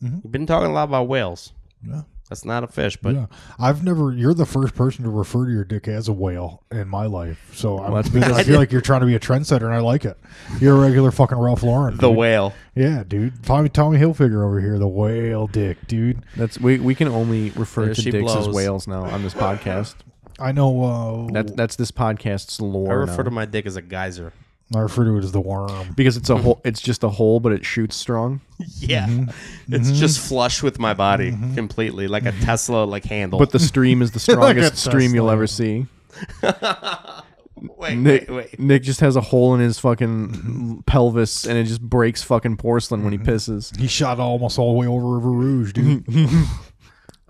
Speaker 3: You've been talking a lot about whales.
Speaker 2: Yeah.
Speaker 3: That's not a fish, but
Speaker 2: Yeah. I've never. You're the first person to refer to your dick as a whale in my life. So I'm,
Speaker 4: that's
Speaker 2: I feel like you're trying to be a trendsetter, and I like it. You're a regular fucking Ralph Lauren.
Speaker 3: the
Speaker 2: dude.
Speaker 3: whale.
Speaker 2: Yeah, dude. Tommy Tommy Hilfiger over here, the whale dick, dude.
Speaker 4: That's we, we can only refer
Speaker 3: There
Speaker 4: to
Speaker 3: she
Speaker 4: dicks as
Speaker 3: blows.
Speaker 4: whales now on this podcast.
Speaker 2: I know. Uh,
Speaker 4: That's that's this podcast's lore.
Speaker 3: I refer
Speaker 4: now.
Speaker 3: to my dick as a geyser.
Speaker 2: I refer to it as the worm.
Speaker 4: because it's a hole. It's just a hole, but it shoots strong.
Speaker 3: Yeah.
Speaker 4: Mm-hmm.
Speaker 3: It's just flush with my body completely, like a Tesla like handle.
Speaker 4: But the stream is the
Speaker 2: Like a
Speaker 4: strongest stream you'll
Speaker 2: Tesla.
Speaker 4: ever see.
Speaker 3: wait,
Speaker 4: Nick,
Speaker 3: wait, wait.
Speaker 4: Nick just has a hole in his fucking pelvis, and it just breaks fucking porcelain when he
Speaker 3: Mm-hmm.
Speaker 4: pisses.
Speaker 2: He shot almost all the way over River Rouge, dude.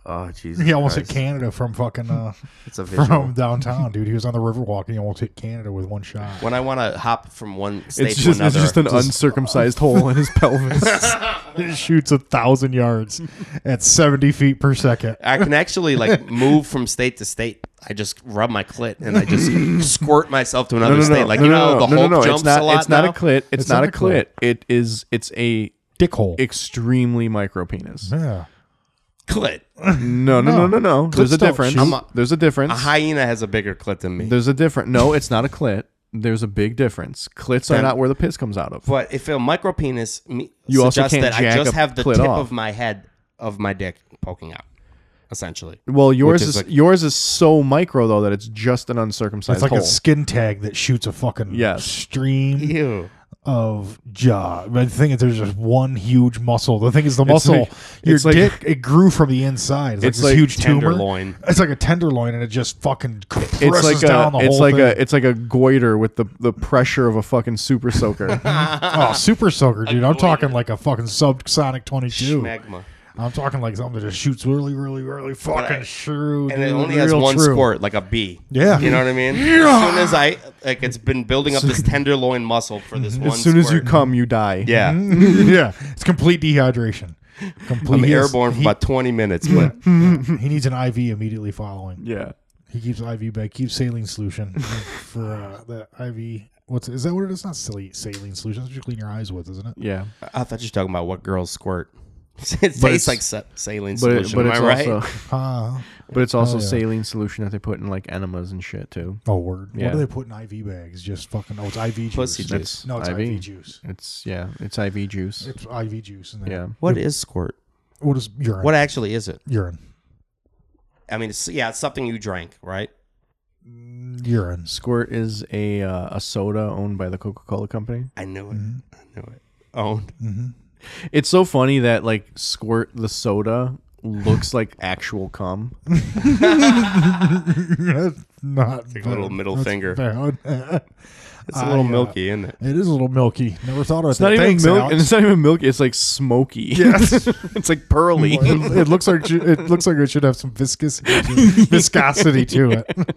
Speaker 3: Oh Jesus.
Speaker 2: he almost hit
Speaker 3: Christ.
Speaker 2: Canada from fucking uh,
Speaker 3: It's a visual.
Speaker 2: from downtown, dude. He was on the Riverwalk and he almost hit Canada with one shot.
Speaker 3: When I want to hop from one state
Speaker 4: It's
Speaker 3: to
Speaker 4: just it's
Speaker 3: another,
Speaker 4: just an uncircumcised hole in his pelvis.
Speaker 2: It shoots a thousand yards at seventy feet per second.
Speaker 3: I can actually like move from state to state. I just rub my clit and I just squirt myself to another state. Like you know, the Hulk jumps
Speaker 4: It's not,
Speaker 3: a lot.
Speaker 4: it's not
Speaker 3: now?
Speaker 4: a clit. It's, not, a clit.
Speaker 2: clit.
Speaker 4: It is. It's a
Speaker 2: Dick hole.
Speaker 4: extremely micro penis.
Speaker 2: yeah.
Speaker 3: clit.
Speaker 4: No, no, no, no, no. There's a
Speaker 2: don't
Speaker 4: difference.
Speaker 2: shoot. I'm
Speaker 3: a-
Speaker 4: There's a difference.
Speaker 3: A hyena has a bigger clit than me.
Speaker 4: There's a different. No, it's not a clit. There's a big difference. Clits are
Speaker 3: Then-
Speaker 4: not where the piss comes out of.
Speaker 3: But if a micro penis me-
Speaker 4: You also
Speaker 3: suggests
Speaker 4: can't
Speaker 3: that I
Speaker 4: jack
Speaker 3: just
Speaker 4: a
Speaker 3: have the
Speaker 4: clit
Speaker 3: tip
Speaker 4: off.
Speaker 3: of my head of my dick poking out, essentially.
Speaker 4: Well, yours
Speaker 3: is
Speaker 4: is,
Speaker 3: like-
Speaker 4: yours is so micro though that it's just an uncircumcised
Speaker 2: It's like
Speaker 4: hole.
Speaker 2: a skin tag that shoots a fucking
Speaker 4: Yes.
Speaker 2: stream
Speaker 3: Ew.
Speaker 2: of jaw. But the thing is, there's just one huge muscle. The thing is, the
Speaker 4: It's
Speaker 2: muscle,
Speaker 4: like-
Speaker 2: your
Speaker 4: it's like-
Speaker 2: dick, it grew from the inside.
Speaker 4: It's
Speaker 2: It's, like
Speaker 4: like
Speaker 2: this huge
Speaker 3: tenderloin.
Speaker 2: tumor. It's like a tenderloin, and it just fucking compresses
Speaker 4: it's like
Speaker 2: down
Speaker 4: a
Speaker 2: the
Speaker 4: it's
Speaker 2: whole
Speaker 4: like
Speaker 2: thing.
Speaker 4: a it's like a goiter with the the pressure of a fucking super soaker.
Speaker 2: oh, super soaker, dude. I'm talking like a fucking subsonic 22.
Speaker 3: Schmegma.
Speaker 2: I'm talking like something that just shoots really, really, really fucking true.
Speaker 3: And
Speaker 2: dude,
Speaker 3: it only has
Speaker 2: real
Speaker 3: one
Speaker 2: true.
Speaker 3: squirt, like a bee.
Speaker 2: Yeah.
Speaker 3: You know what I mean? As soon as I, like, it's been building up this tenderloin muscle for this one
Speaker 4: as soon as you
Speaker 3: squirt.
Speaker 4: come, Mm-hmm. you die.
Speaker 3: Yeah.
Speaker 2: yeah, it's complete dehydration. Complete.
Speaker 3: I'm
Speaker 2: he has-
Speaker 3: airborne for
Speaker 2: he- Mm,
Speaker 3: about 20 minutes, but
Speaker 2: he needs an IV immediately following.
Speaker 4: yeah.
Speaker 2: He keeps IV back. Keeps saline solution for uh, the IV. What's is that? What it is? It's Not saline, saline solution. That's what you clean your eyes with, isn't it?
Speaker 4: Yeah.
Speaker 3: I thought you were talking about what girls squirt. it
Speaker 4: it's-
Speaker 3: tastes like sa- saline
Speaker 4: But, it,
Speaker 3: solution.
Speaker 4: but
Speaker 3: Am
Speaker 4: it's
Speaker 3: I right?
Speaker 4: also
Speaker 2: Ah,
Speaker 4: but it's also saline solution that they put in like enemas and shit too.
Speaker 2: oh word.
Speaker 4: Yeah.
Speaker 2: What do they put in IV bags? Just fucking. Oh, it's IV juice.
Speaker 3: Pussy juice.
Speaker 4: It's
Speaker 2: No, it's IV,
Speaker 4: IV.
Speaker 2: juice.
Speaker 4: It's yeah. It's IV juice.
Speaker 2: It's IV juice. In there.
Speaker 4: Yeah.
Speaker 3: What is squirt?
Speaker 2: What is urine?
Speaker 3: What actually is it?
Speaker 2: urine?
Speaker 3: I mean, it's, yeah, it's something you drank, right?
Speaker 2: Urine.
Speaker 4: Squirt is a uh, a soda owned by the Coca Cola company.
Speaker 3: I knew it.
Speaker 2: Mm.
Speaker 3: I knew it. Oh, Owned.
Speaker 4: It's so funny that like squirt the soda looks like actual cum.
Speaker 2: That's not
Speaker 3: Like a little middle finger.
Speaker 2: bad.
Speaker 3: It's a little
Speaker 2: uh,
Speaker 3: milky, isn't it?
Speaker 2: It is a little milky. Never thought of
Speaker 4: It's not
Speaker 2: that.
Speaker 4: even
Speaker 2: Thanks,
Speaker 4: milk.
Speaker 2: Alex.
Speaker 4: And it's not even milky. It's like smoky.
Speaker 2: Yes.
Speaker 4: it's like pearly.
Speaker 2: it, it looks like it looks like it should have some viscous viscosity to it.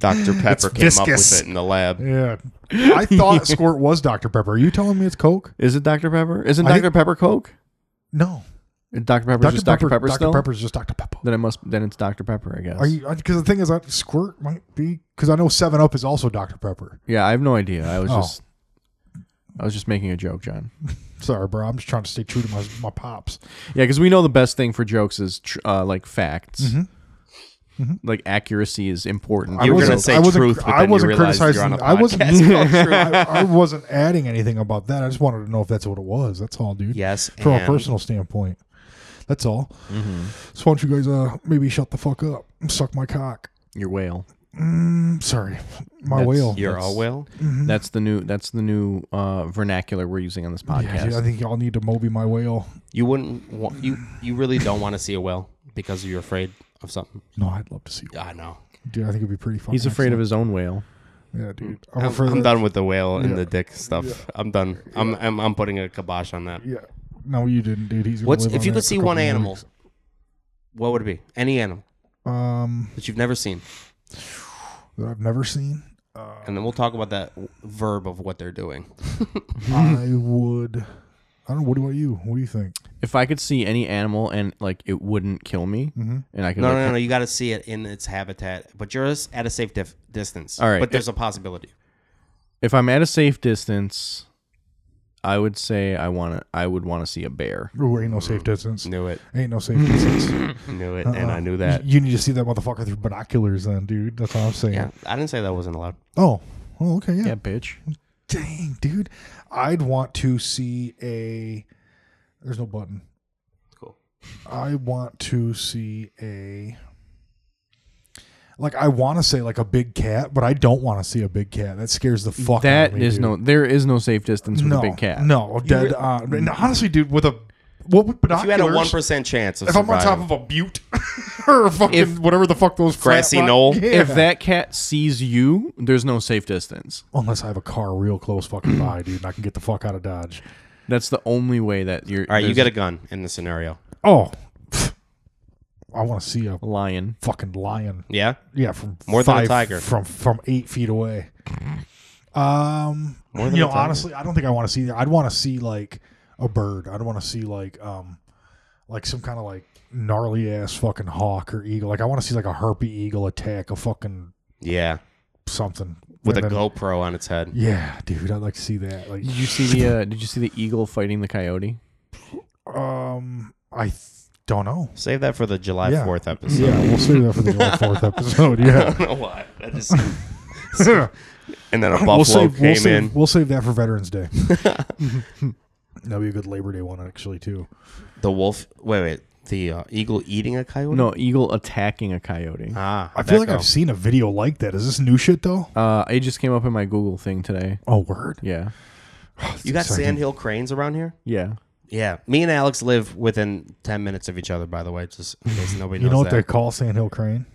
Speaker 3: Dr. Pepper came up
Speaker 2: viscous.
Speaker 3: with it in the lab.
Speaker 2: Yeah, I thought Squirt was Dr Pepper. Are you telling me it's Coke?
Speaker 4: Is it Dr Pepper? Isn't
Speaker 2: I
Speaker 4: Dr
Speaker 2: think-
Speaker 4: Pepper Coke?
Speaker 2: No,
Speaker 4: Dr Pepper's just Dr Pepper
Speaker 2: Dr
Speaker 4: still.
Speaker 2: Pepper's just Dr Pepper.
Speaker 4: Then it must. Then it's Dr Pepper, I guess.
Speaker 2: Are you? Because the thing is, that Squirt might be because I know Seven Up is also Dr Pepper.
Speaker 4: Yeah, I have no idea. I was
Speaker 2: Oh.
Speaker 4: just. I was just making a joke, John.
Speaker 2: Sorry, bro. I'm just trying to stay true to my my pops.
Speaker 4: Yeah, because we know the best thing for jokes is tr- uh, like facts. Like accuracy is important.
Speaker 3: You were
Speaker 4: So-
Speaker 3: gonna say
Speaker 2: Mm-hmm. I wasn't,
Speaker 3: truth, but
Speaker 2: I
Speaker 3: then you
Speaker 2: wasn't
Speaker 3: realized you're
Speaker 2: criticizing.
Speaker 3: on a
Speaker 2: I wasn't.
Speaker 3: podcast.
Speaker 2: I, I wasn't adding anything about that. I just wanted to know if that's what it was. That's all, dude.
Speaker 3: Yes,
Speaker 2: From a
Speaker 3: and- Mm-hmm.
Speaker 2: personal standpoint, that's all. So why don't you guys uh maybe shut the fuck up, suck my cock.
Speaker 4: your whale.
Speaker 2: I'm sorry, my
Speaker 4: That's-
Speaker 2: whale.
Speaker 3: You're a whale?
Speaker 2: Mm-hmm.
Speaker 4: That's the new. That's the new uh, vernacular we're using on this
Speaker 2: Yeah,
Speaker 4: podcast.
Speaker 2: dude, I think y'all need to Moby my whale.
Speaker 3: You wouldn't want, you, you really don't want to see a whale because you're afraid of something.
Speaker 2: No, I'd love to see. One.
Speaker 3: I know.
Speaker 2: Dude, I think it'd be pretty fun.
Speaker 4: He's afraid of his own whale.
Speaker 2: Yeah, dude. I'm,
Speaker 3: I'm,
Speaker 2: afraid
Speaker 3: I'm
Speaker 2: of-
Speaker 3: done with the whale and the dick stuff. I'm done. I'm, I'm I'm putting a kibosh on that.
Speaker 2: Yeah. No, you didn't, dude. He's. gonna
Speaker 3: What's
Speaker 2: live
Speaker 3: if
Speaker 2: on
Speaker 3: you
Speaker 2: that
Speaker 3: could
Speaker 2: for
Speaker 3: see
Speaker 2: a couple
Speaker 3: one
Speaker 2: more
Speaker 3: animal?
Speaker 2: weeks.
Speaker 3: What would it be? Any animal
Speaker 2: Um,
Speaker 3: that you've never seen?
Speaker 2: that I've never seen.
Speaker 3: And then we'll talk about that w- verb of what they're doing.
Speaker 2: I would. I don't know. What about you? What do you think?
Speaker 4: If I could see any animal and like it wouldn't kill me,
Speaker 2: Mm-hmm.
Speaker 4: and I could
Speaker 3: No,
Speaker 4: like,
Speaker 3: no, no, no. You got to see it in its habitat, but you're just at a safe dif- distance.
Speaker 4: All right.
Speaker 3: But there's a possibility.
Speaker 4: if I'm at a safe distance, I would say I want to. I would want to see a bear.
Speaker 2: Ooh, ain't no safe distance.
Speaker 3: Knew it.
Speaker 2: Ain't no safe distance.
Speaker 3: Knew it. And I knew that.
Speaker 2: You need to see that motherfucker through binoculars, then, dude. That's all I'm saying.
Speaker 3: Yeah. I didn't say that wasn't allowed.
Speaker 2: Oh. Oh, okay. Yeah.
Speaker 4: Yeah, bitch.
Speaker 2: Dang, dude. I'd want to see a. There's no button.
Speaker 3: Cool.
Speaker 2: I want to see a. Like I want to say like a big cat, but I don't want to see a big cat. That scares the fuck. out
Speaker 4: That
Speaker 2: of me,
Speaker 4: is
Speaker 2: dude.
Speaker 4: no. There is no safe distance with
Speaker 2: no
Speaker 4: a big cat.
Speaker 2: No, dead on. And honestly, dude, with a what would
Speaker 3: If you had
Speaker 2: binoculars?
Speaker 3: a 1% chance of
Speaker 2: if I'm on top
Speaker 3: surviving,
Speaker 2: of a butte or a fucking
Speaker 4: If-
Speaker 2: whatever the fuck those flat
Speaker 3: Grassy
Speaker 2: rock-
Speaker 3: knoll?
Speaker 2: Yeah.
Speaker 4: If that cat sees you, there's no safe distance.
Speaker 2: unless I have a car real close fucking by, dude, and I can get the fuck out of Dodge.
Speaker 4: That's the only way that you're.
Speaker 3: all right, you
Speaker 4: there's
Speaker 3: get a gun in the scenario.
Speaker 2: Oh, pfft. I want to see a
Speaker 4: a lion.
Speaker 2: fucking lion.
Speaker 3: Yeah?
Speaker 2: Yeah, from
Speaker 3: More than a
Speaker 2: five,
Speaker 3: tiger.
Speaker 2: from from eight feet away. Um,
Speaker 3: More than
Speaker 2: you
Speaker 3: a
Speaker 2: know,
Speaker 3: tiger.
Speaker 2: honestly, I don't think I want to see that. I'd want to see like a bird. I'd want to see like um, like some kind of like gnarly ass fucking hawk or eagle. Like I want to see like a harpy eagle attack a fucking
Speaker 3: Yeah.
Speaker 2: something
Speaker 3: With
Speaker 2: And
Speaker 3: a
Speaker 2: then-
Speaker 3: GoPro on its head.
Speaker 2: Yeah, dude, I'd like to see that. Like,
Speaker 4: Did you see the? Uh, did you see the eagle fighting the coyote?
Speaker 2: um, I th- don't know.
Speaker 3: Save that for the July
Speaker 2: Yeah.
Speaker 3: 4th episode.
Speaker 2: Yeah, we'll save that for the July fourth episode. Yeah,
Speaker 3: I don't know why. That just,
Speaker 2: we'll
Speaker 3: and then a buffalo
Speaker 2: save
Speaker 3: came
Speaker 2: we'll
Speaker 3: in.
Speaker 2: save, we'll save that for Veterans Day. That'd be a good Labor Day one actually too.
Speaker 3: The wolf. Wait, wait. The uh, eagle eating a coyote?
Speaker 4: No, eagle attacking a coyote.
Speaker 3: Ah.
Speaker 2: I feel like
Speaker 3: I've
Speaker 2: I've seen a video like that. Is this new shit though?
Speaker 4: Uh, it just came up in my Google thing today.
Speaker 2: Oh, word.
Speaker 4: Yeah,
Speaker 3: You got sandhill cranes around here?
Speaker 4: yeah.
Speaker 3: Yeah. Me and Alex live within 10 minutes of each other, by the way, just in case nobody knows
Speaker 2: You know what
Speaker 3: that.
Speaker 2: they call Sandhill Crane?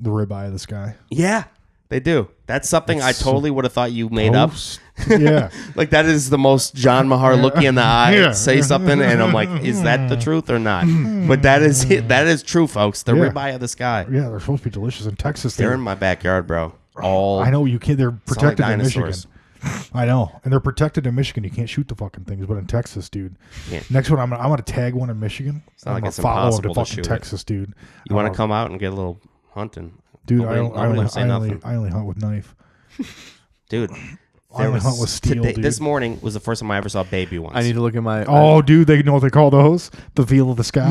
Speaker 2: The ribeye of the sky.
Speaker 3: yeah, they do. That's something
Speaker 2: That's
Speaker 3: I totally would have thought you made up.
Speaker 2: Post- yeah.
Speaker 3: Like, that is the most John Mahar look you in the eye,
Speaker 2: Yeah.
Speaker 3: say something, and I'm like, is that the truth or not? But that is it. That is true, folks. The
Speaker 2: Yeah.
Speaker 3: ribeye of the sky.
Speaker 2: Yeah, they're supposed to be delicious in Texas.
Speaker 3: They're
Speaker 2: They're-
Speaker 3: in my backyard, bro. All
Speaker 2: I know you can't. They're
Speaker 3: Sound like
Speaker 2: protected in Michigan.
Speaker 3: dinosaurs.
Speaker 2: I know, and they're protected in Michigan. You can't shoot the fucking things, but in Texas, dude.
Speaker 3: Can't.
Speaker 2: Next one, I'm gonna, I'm gonna tag one in Michigan.
Speaker 3: not
Speaker 2: I'm
Speaker 3: like
Speaker 2: gonna
Speaker 3: it's
Speaker 2: follow him
Speaker 3: impossible
Speaker 2: to
Speaker 3: to
Speaker 2: fucking
Speaker 3: shoot it.
Speaker 2: Texas, dude.
Speaker 3: You want
Speaker 2: Uh,
Speaker 3: to come out and get a little hunting,
Speaker 2: dude? I,
Speaker 3: Nobody-
Speaker 2: don't- I,
Speaker 3: nobody
Speaker 2: only,
Speaker 3: will say
Speaker 2: I, only,
Speaker 3: nothing.
Speaker 2: I only hunt with knife.
Speaker 3: dude?
Speaker 2: I only hunt with steel,
Speaker 3: today-
Speaker 2: dude.
Speaker 3: This morning was the first time I ever saw baby ones.
Speaker 4: I need to look at my.
Speaker 2: Oh, dude, they know what they call those? The veal of the sky.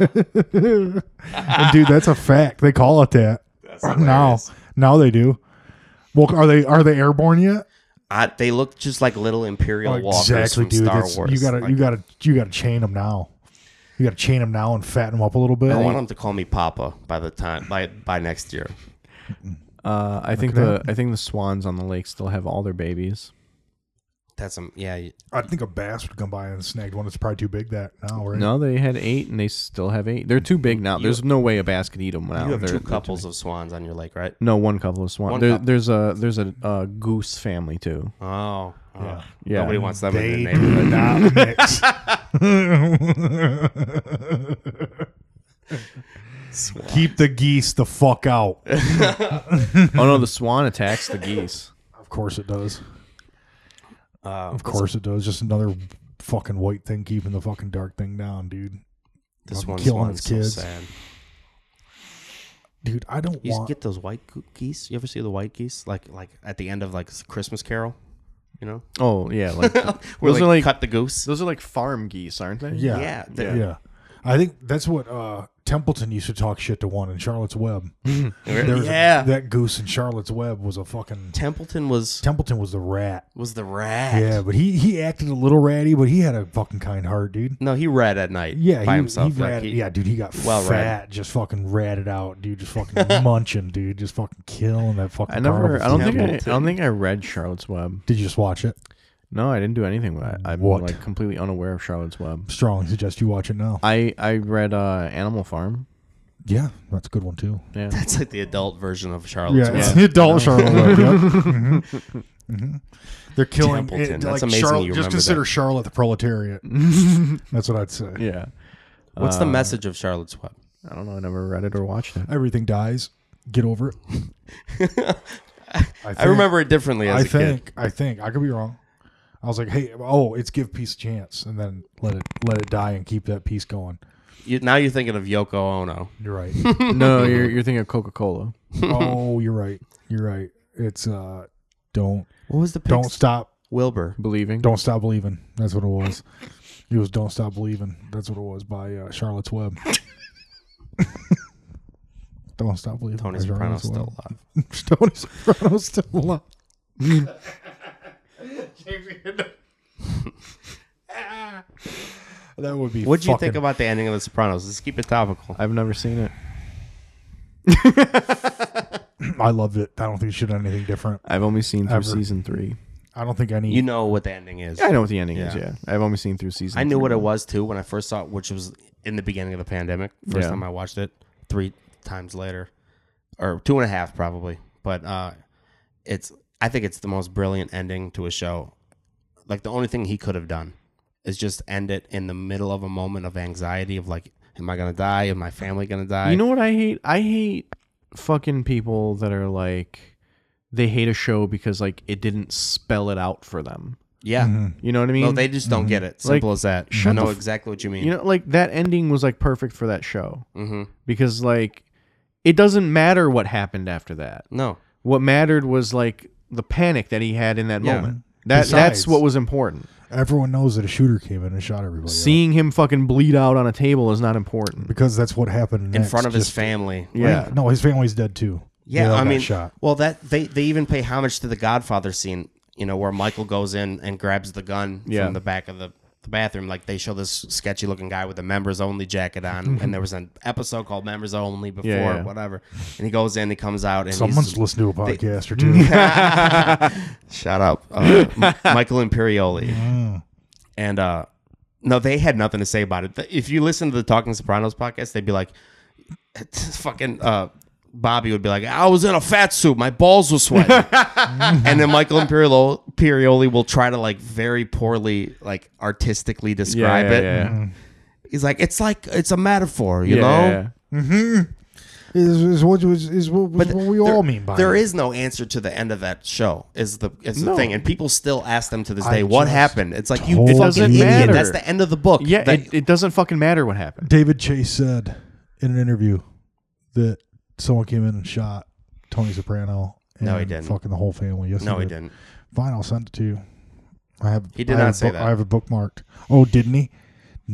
Speaker 2: and dude, that's a fact. They call it that. now,
Speaker 3: hilarious.
Speaker 2: now they do. Well, are they are they airborne yet?
Speaker 3: I, they look just like little imperial walkers from Star
Speaker 2: That's-
Speaker 3: Wars.
Speaker 2: You gotta
Speaker 3: Like,
Speaker 2: you gotta you gotta chain them now. You gotta chain them now and fatten them up a little bit.
Speaker 3: I want them to call me Papa by the time by by next year.
Speaker 4: Uh, I think the I think the swans on the lake still have all their babies.
Speaker 3: That's um yeah. you-
Speaker 2: I think a bass would come by and snagged one. It's probably too big that now, right?
Speaker 4: No, they had eight, and they still have eight. They're too big now. There's no way a bass could eat them now.
Speaker 3: You
Speaker 4: They're-
Speaker 3: have um, two
Speaker 4: they're too
Speaker 3: couples
Speaker 4: big.
Speaker 3: of swans on your lake, right?
Speaker 4: No, one couple of swans.
Speaker 3: One
Speaker 4: There,
Speaker 3: couple.
Speaker 4: there's a there's a uh, goose family too.
Speaker 3: Oh, oh.
Speaker 4: Yeah.
Speaker 3: Nobody wants them in
Speaker 2: They
Speaker 3: their neighborhood.
Speaker 2: do not mix. Keep the geese the fuck out.
Speaker 4: oh no, the swan attacks the geese.
Speaker 2: Of course it does.
Speaker 3: Uh,
Speaker 2: of course it does. Just another fucking white thing keeping the fucking dark thing down, dude.
Speaker 3: This
Speaker 2: I'm
Speaker 3: one
Speaker 2: killing
Speaker 3: swan's
Speaker 2: its
Speaker 3: so
Speaker 2: kids.
Speaker 3: sad.
Speaker 2: Dude, I don't
Speaker 3: You
Speaker 2: want.
Speaker 3: get those white goo- geese. You ever see the white geese? Like like at the end of like Christmas Carol, you know?
Speaker 4: Oh yeah, like
Speaker 3: Where
Speaker 4: those
Speaker 3: they
Speaker 4: are like
Speaker 3: cut the goose.
Speaker 4: those are like farm geese, aren't they?
Speaker 2: yeah, yeah,
Speaker 3: Yeah, they-
Speaker 2: I think that's what uh, Templeton used to talk shit to one in Charlotte's Web. There was a-
Speaker 3: yeah.
Speaker 2: that goose in Charlotte's Web was a fucking.
Speaker 3: Templeton was
Speaker 2: Templeton was the rat.
Speaker 3: was the rat.
Speaker 2: Yeah, but he he acted a little ratty, but he had a fucking kind heart, dude.
Speaker 3: No, he read at night.
Speaker 2: Yeah,
Speaker 3: by
Speaker 2: he,
Speaker 3: himself.
Speaker 2: He
Speaker 3: like,
Speaker 2: ratted,
Speaker 3: he-
Speaker 2: yeah, dude, he got
Speaker 3: Well
Speaker 2: fat, just fucking ratted out, dude, just fucking munching, dude, just fucking killing that fucking.
Speaker 4: I never.
Speaker 2: carnival
Speaker 4: I don't think. I, I
Speaker 2: temple.
Speaker 4: don't think I read Charlotte's Web.
Speaker 2: Did you just watch it?
Speaker 4: No, I didn't do anything with it. I'm
Speaker 2: What?
Speaker 4: like completely unaware of Charlotte's Web.
Speaker 2: Strongly suggest you watch it now.
Speaker 4: I I read uh, Animal Farm.
Speaker 2: Yeah, that's a good one too.
Speaker 4: Yeah.
Speaker 3: That's like the adult version of Charlotte's
Speaker 2: Yeah,
Speaker 3: Web.
Speaker 2: it's the adult Charlotte Web. Yep. hmm They're killing.
Speaker 3: Templeton,
Speaker 2: It,
Speaker 3: that's
Speaker 2: like
Speaker 3: amazing
Speaker 2: Charlotte,
Speaker 3: you
Speaker 2: just
Speaker 3: remember
Speaker 2: consider Charlotte the proletariat. that's what I'd say.
Speaker 4: Yeah.
Speaker 3: What's the message of Charlotte's Web?
Speaker 4: I don't know. I never read it or watched it.
Speaker 2: Everything dies. Get over it.
Speaker 3: I remember it differently as
Speaker 2: I
Speaker 3: a kid.
Speaker 2: think. I think. I could be wrong. I was like, hey, oh, it's give peace a chance, and then let it let it die and keep that peace going.
Speaker 3: You, now you're thinking of Yoko Ono.
Speaker 2: You're right.
Speaker 4: no, you're, you're thinking of Coca Cola.
Speaker 2: oh, you're right. You're right. It's uh, don't
Speaker 3: What was the pick?
Speaker 2: don't stop
Speaker 3: Wilbur.
Speaker 4: Believing.
Speaker 2: Don't Stop Believing. That's what it was. It was Don't Stop Believing. That's what it was by uh, Charlotte's Web. Don't Stop Believing.
Speaker 3: Tony
Speaker 2: by
Speaker 3: Soprano's
Speaker 2: Charlotte's
Speaker 3: still
Speaker 2: Web.
Speaker 3: alive.
Speaker 2: Tony Soprano's still alive. that would be.
Speaker 3: What do you
Speaker 2: fucking-
Speaker 3: think about the ending of The Sopranos? Let's keep it topical.
Speaker 4: I've never seen it.
Speaker 2: I loved it. I don't think it should have anything different.
Speaker 4: I've only seen through
Speaker 2: Ever.
Speaker 4: season three.
Speaker 2: I don't think any.
Speaker 3: You know what the ending is.
Speaker 4: I know what the ending is. Yeah,
Speaker 3: Yeah.
Speaker 4: I've only seen through season.
Speaker 3: I knew
Speaker 4: three.
Speaker 3: what it was too when I first saw it, which was in the beginning of the pandemic. First
Speaker 4: Yeah.
Speaker 3: time I watched it, three times later, or two and a half probably. But uh, it's I think it's the most brilliant ending to a show. Like the only thing he could have done is just end it in the middle of a moment of anxiety of like, am I gonna die? Am my family gonna die?
Speaker 4: You know what I hate? I hate fucking people that are like they hate a show because like it didn't spell it out for them.
Speaker 3: yeah.
Speaker 4: You know what I mean? Mm-hmm.
Speaker 3: No, they just don't get it. Simple as that. I
Speaker 4: shut the
Speaker 3: know
Speaker 4: f-
Speaker 3: exactly what you mean.
Speaker 4: you know like that ending was like perfect for that show
Speaker 3: mm-hmm.
Speaker 4: because like it doesn't matter what happened after that.
Speaker 3: No,
Speaker 4: What mattered was like the panic that he had in that
Speaker 3: Yeah.
Speaker 4: moment. That that's
Speaker 2: Besides-
Speaker 4: what was important.
Speaker 2: everyone knows that a shooter came in and shot everybody. up.
Speaker 4: Seeing him fucking bleed out on a table is not important.
Speaker 2: because that's what happened
Speaker 3: in
Speaker 2: next.
Speaker 3: front of his
Speaker 2: Just-
Speaker 3: family.
Speaker 4: Yeah.
Speaker 2: No, his family's dead too. They
Speaker 3: Yeah,
Speaker 2: all
Speaker 3: I
Speaker 2: got
Speaker 3: mean,
Speaker 2: shot.
Speaker 3: well, that they they even pay homage to the Godfather scene, you know, where Michael goes in and grabs the gun
Speaker 4: Yeah.
Speaker 3: from the back of the, the bathroom. Like they show this sketchy looking guy with a members only jacket on, and there was an episode called Members Only before,
Speaker 4: yeah.
Speaker 3: whatever. And he goes in, he comes out, and
Speaker 2: Someone's
Speaker 3: he's,
Speaker 2: listened to a podcast or two.
Speaker 3: shut up, uh, M- Michael Imperioli,
Speaker 4: Mm.
Speaker 3: and uh, no, they had nothing to say about it. Th- If you listen to the Talking Sopranos podcast, they'd be like, fucking uh, Bobby would be like, I was in a fat suit, my balls were sweating, and then Michael Imperiolo- Imperioli will try to like very poorly, like artistically describe it. He's like, it's like it's a metaphor, you
Speaker 4: Yeah,
Speaker 3: know.
Speaker 4: yeah, yeah.
Speaker 2: is, is what was is what, was what we
Speaker 3: There-
Speaker 2: all mean by
Speaker 3: there
Speaker 2: it.
Speaker 3: is no answer to the end of that show is the is the
Speaker 4: No.
Speaker 3: thing and people still ask them to this
Speaker 2: I
Speaker 3: day what
Speaker 2: just
Speaker 3: happened it's like you
Speaker 2: told
Speaker 3: fucking
Speaker 4: doesn't
Speaker 3: idiot
Speaker 4: matter.
Speaker 3: that's the end of the book
Speaker 4: Yeah,
Speaker 3: That-
Speaker 4: it, it doesn't fucking matter what happened.
Speaker 2: David Chase said in an interview that someone came in and shot Tony Soprano. And
Speaker 3: No, he didn't.
Speaker 2: Fucking the whole family. Yes,
Speaker 3: no he
Speaker 2: did.
Speaker 3: didn't
Speaker 2: Fine, I'll send it to you. I have.
Speaker 3: He did
Speaker 2: I
Speaker 3: not
Speaker 2: have
Speaker 3: say
Speaker 2: book-
Speaker 3: that.
Speaker 2: I have it bookmarked. Oh, didn't he?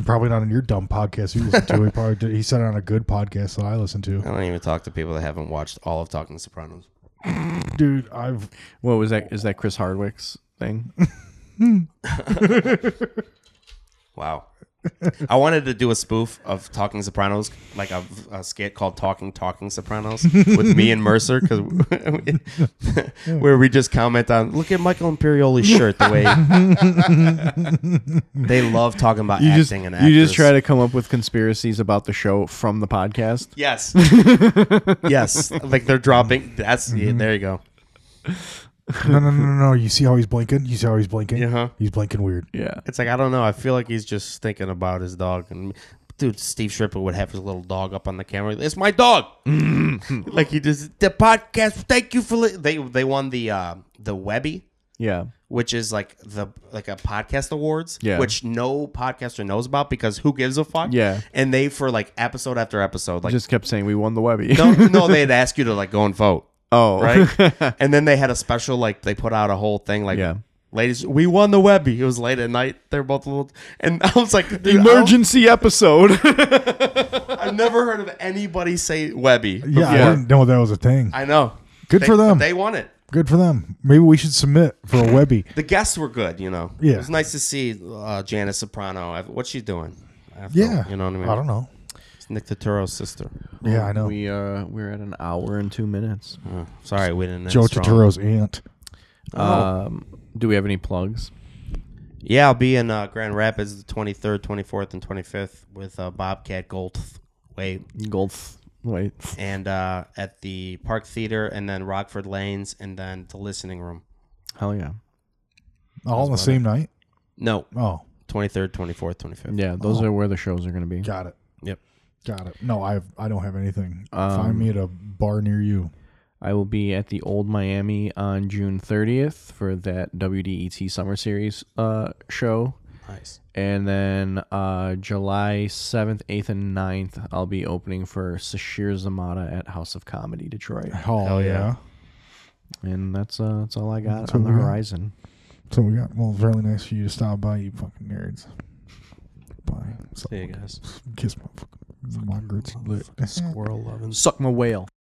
Speaker 2: Probably not on your dumb podcast you listen to. He probably did. He said it on a good podcast that I listen to.
Speaker 3: i don't even talk to people that haven't watched all of talking sopranos
Speaker 2: Dude, I've
Speaker 4: What was that? Is that Chris Hardwick's thing?
Speaker 3: wow i wanted to do a spoof of talking sopranos like a, a skit called talking talking sopranos with me and mercer because where we just comment on look at michael imperioli's shirt the way they love talking about
Speaker 4: You
Speaker 3: acting
Speaker 4: just
Speaker 3: and
Speaker 4: you just
Speaker 3: actors.
Speaker 4: try to come up with conspiracies about the show from the podcast.
Speaker 3: Yes. yes. Like they're dropping. That's
Speaker 4: Mm-hmm.
Speaker 3: yeah, there you go.
Speaker 2: no, no, no, no, no. You see how he's blinking? You see how he's blinking?
Speaker 3: Uh-huh.
Speaker 2: He's blinking weird.
Speaker 4: Yeah,
Speaker 3: It's like I don't know. I feel like he's just thinking about his dog. And dude, Steve Stripper would have his little dog up on the camera. It's my dog.
Speaker 4: Mm-hmm.
Speaker 3: like he just the podcast. Thank you for li-. they they won the uh, the Webby.
Speaker 4: yeah,
Speaker 3: Which is like the like a podcast awards,
Speaker 4: Yeah.
Speaker 3: which no podcaster knows about because who gives a fuck?
Speaker 4: Yeah.
Speaker 3: and they for like episode after episode, like
Speaker 4: just kept saying we won the Webby.
Speaker 3: no, no, they'd ask you to like go and vote.
Speaker 4: oh,
Speaker 3: right? and then they had a special, like they put out a whole thing, like,
Speaker 4: Yeah.
Speaker 3: ladies, we won the Webby. It was late at night. They're both a little, and I was like, dude, I don't-
Speaker 4: Emergency episode.
Speaker 3: I've never heard of anybody say Webby.
Speaker 2: Yeah, I
Speaker 3: before.
Speaker 2: didn't know that was a thing.
Speaker 3: I know.
Speaker 2: Good
Speaker 3: They-
Speaker 2: for them.
Speaker 3: They won it.
Speaker 2: Good for them. Maybe we should submit for a Webby.
Speaker 3: The guests were good, you know.
Speaker 2: Yeah.
Speaker 3: it was nice to see uh, Janice Soprano. I- What's she doing? After,
Speaker 2: Yeah,
Speaker 3: you know what I mean.
Speaker 2: I don't know.
Speaker 3: It's Nick Turturro's sister.
Speaker 2: Yeah, I know.
Speaker 4: we uh we're at an hour and two minutes.
Speaker 3: Oh, sorry, we didn't. end
Speaker 2: Joe
Speaker 3: strong.
Speaker 2: Turturro's aunt.
Speaker 4: Um, do we have any plugs?
Speaker 3: Yeah, I'll be in uh, Grand Rapids the 23rd, 24th, and 25th with uh, Bobcat Gold. Wait,
Speaker 4: Golf. Wait.
Speaker 3: and uh, at the Park Theater, and then Rockford Lanes, and then the Listening Room.
Speaker 4: Hell yeah.
Speaker 2: All on the same night.
Speaker 3: No,
Speaker 2: Oh,
Speaker 3: twenty third, twenty fourth, twenty fifth.
Speaker 4: Oh. Yeah, those are where the shows are going to be.
Speaker 2: got it.
Speaker 3: Yep.
Speaker 2: Got it. No, I I don't have anything. Find
Speaker 3: Um,
Speaker 2: me at a bar near you.
Speaker 4: I will be at the Old Miami on June 30th for that WDET Summer Series uh, show.
Speaker 5: Nice.
Speaker 4: And then uh, July 7th, 8th, and 9th, I'll be opening for Sashir Zamata at House of Comedy Detroit.
Speaker 2: Hell, yeah.
Speaker 4: And that's uh, that's all I got
Speaker 2: That's
Speaker 4: on
Speaker 2: what
Speaker 4: the
Speaker 2: we got.
Speaker 4: horizon.
Speaker 2: So we got well, it's really nice for you to stop by, you fucking nerds. Bye. So,
Speaker 5: See you guys.
Speaker 2: Kiss my fucking my grits.
Speaker 5: Squirrel loving.
Speaker 4: Suck my whale.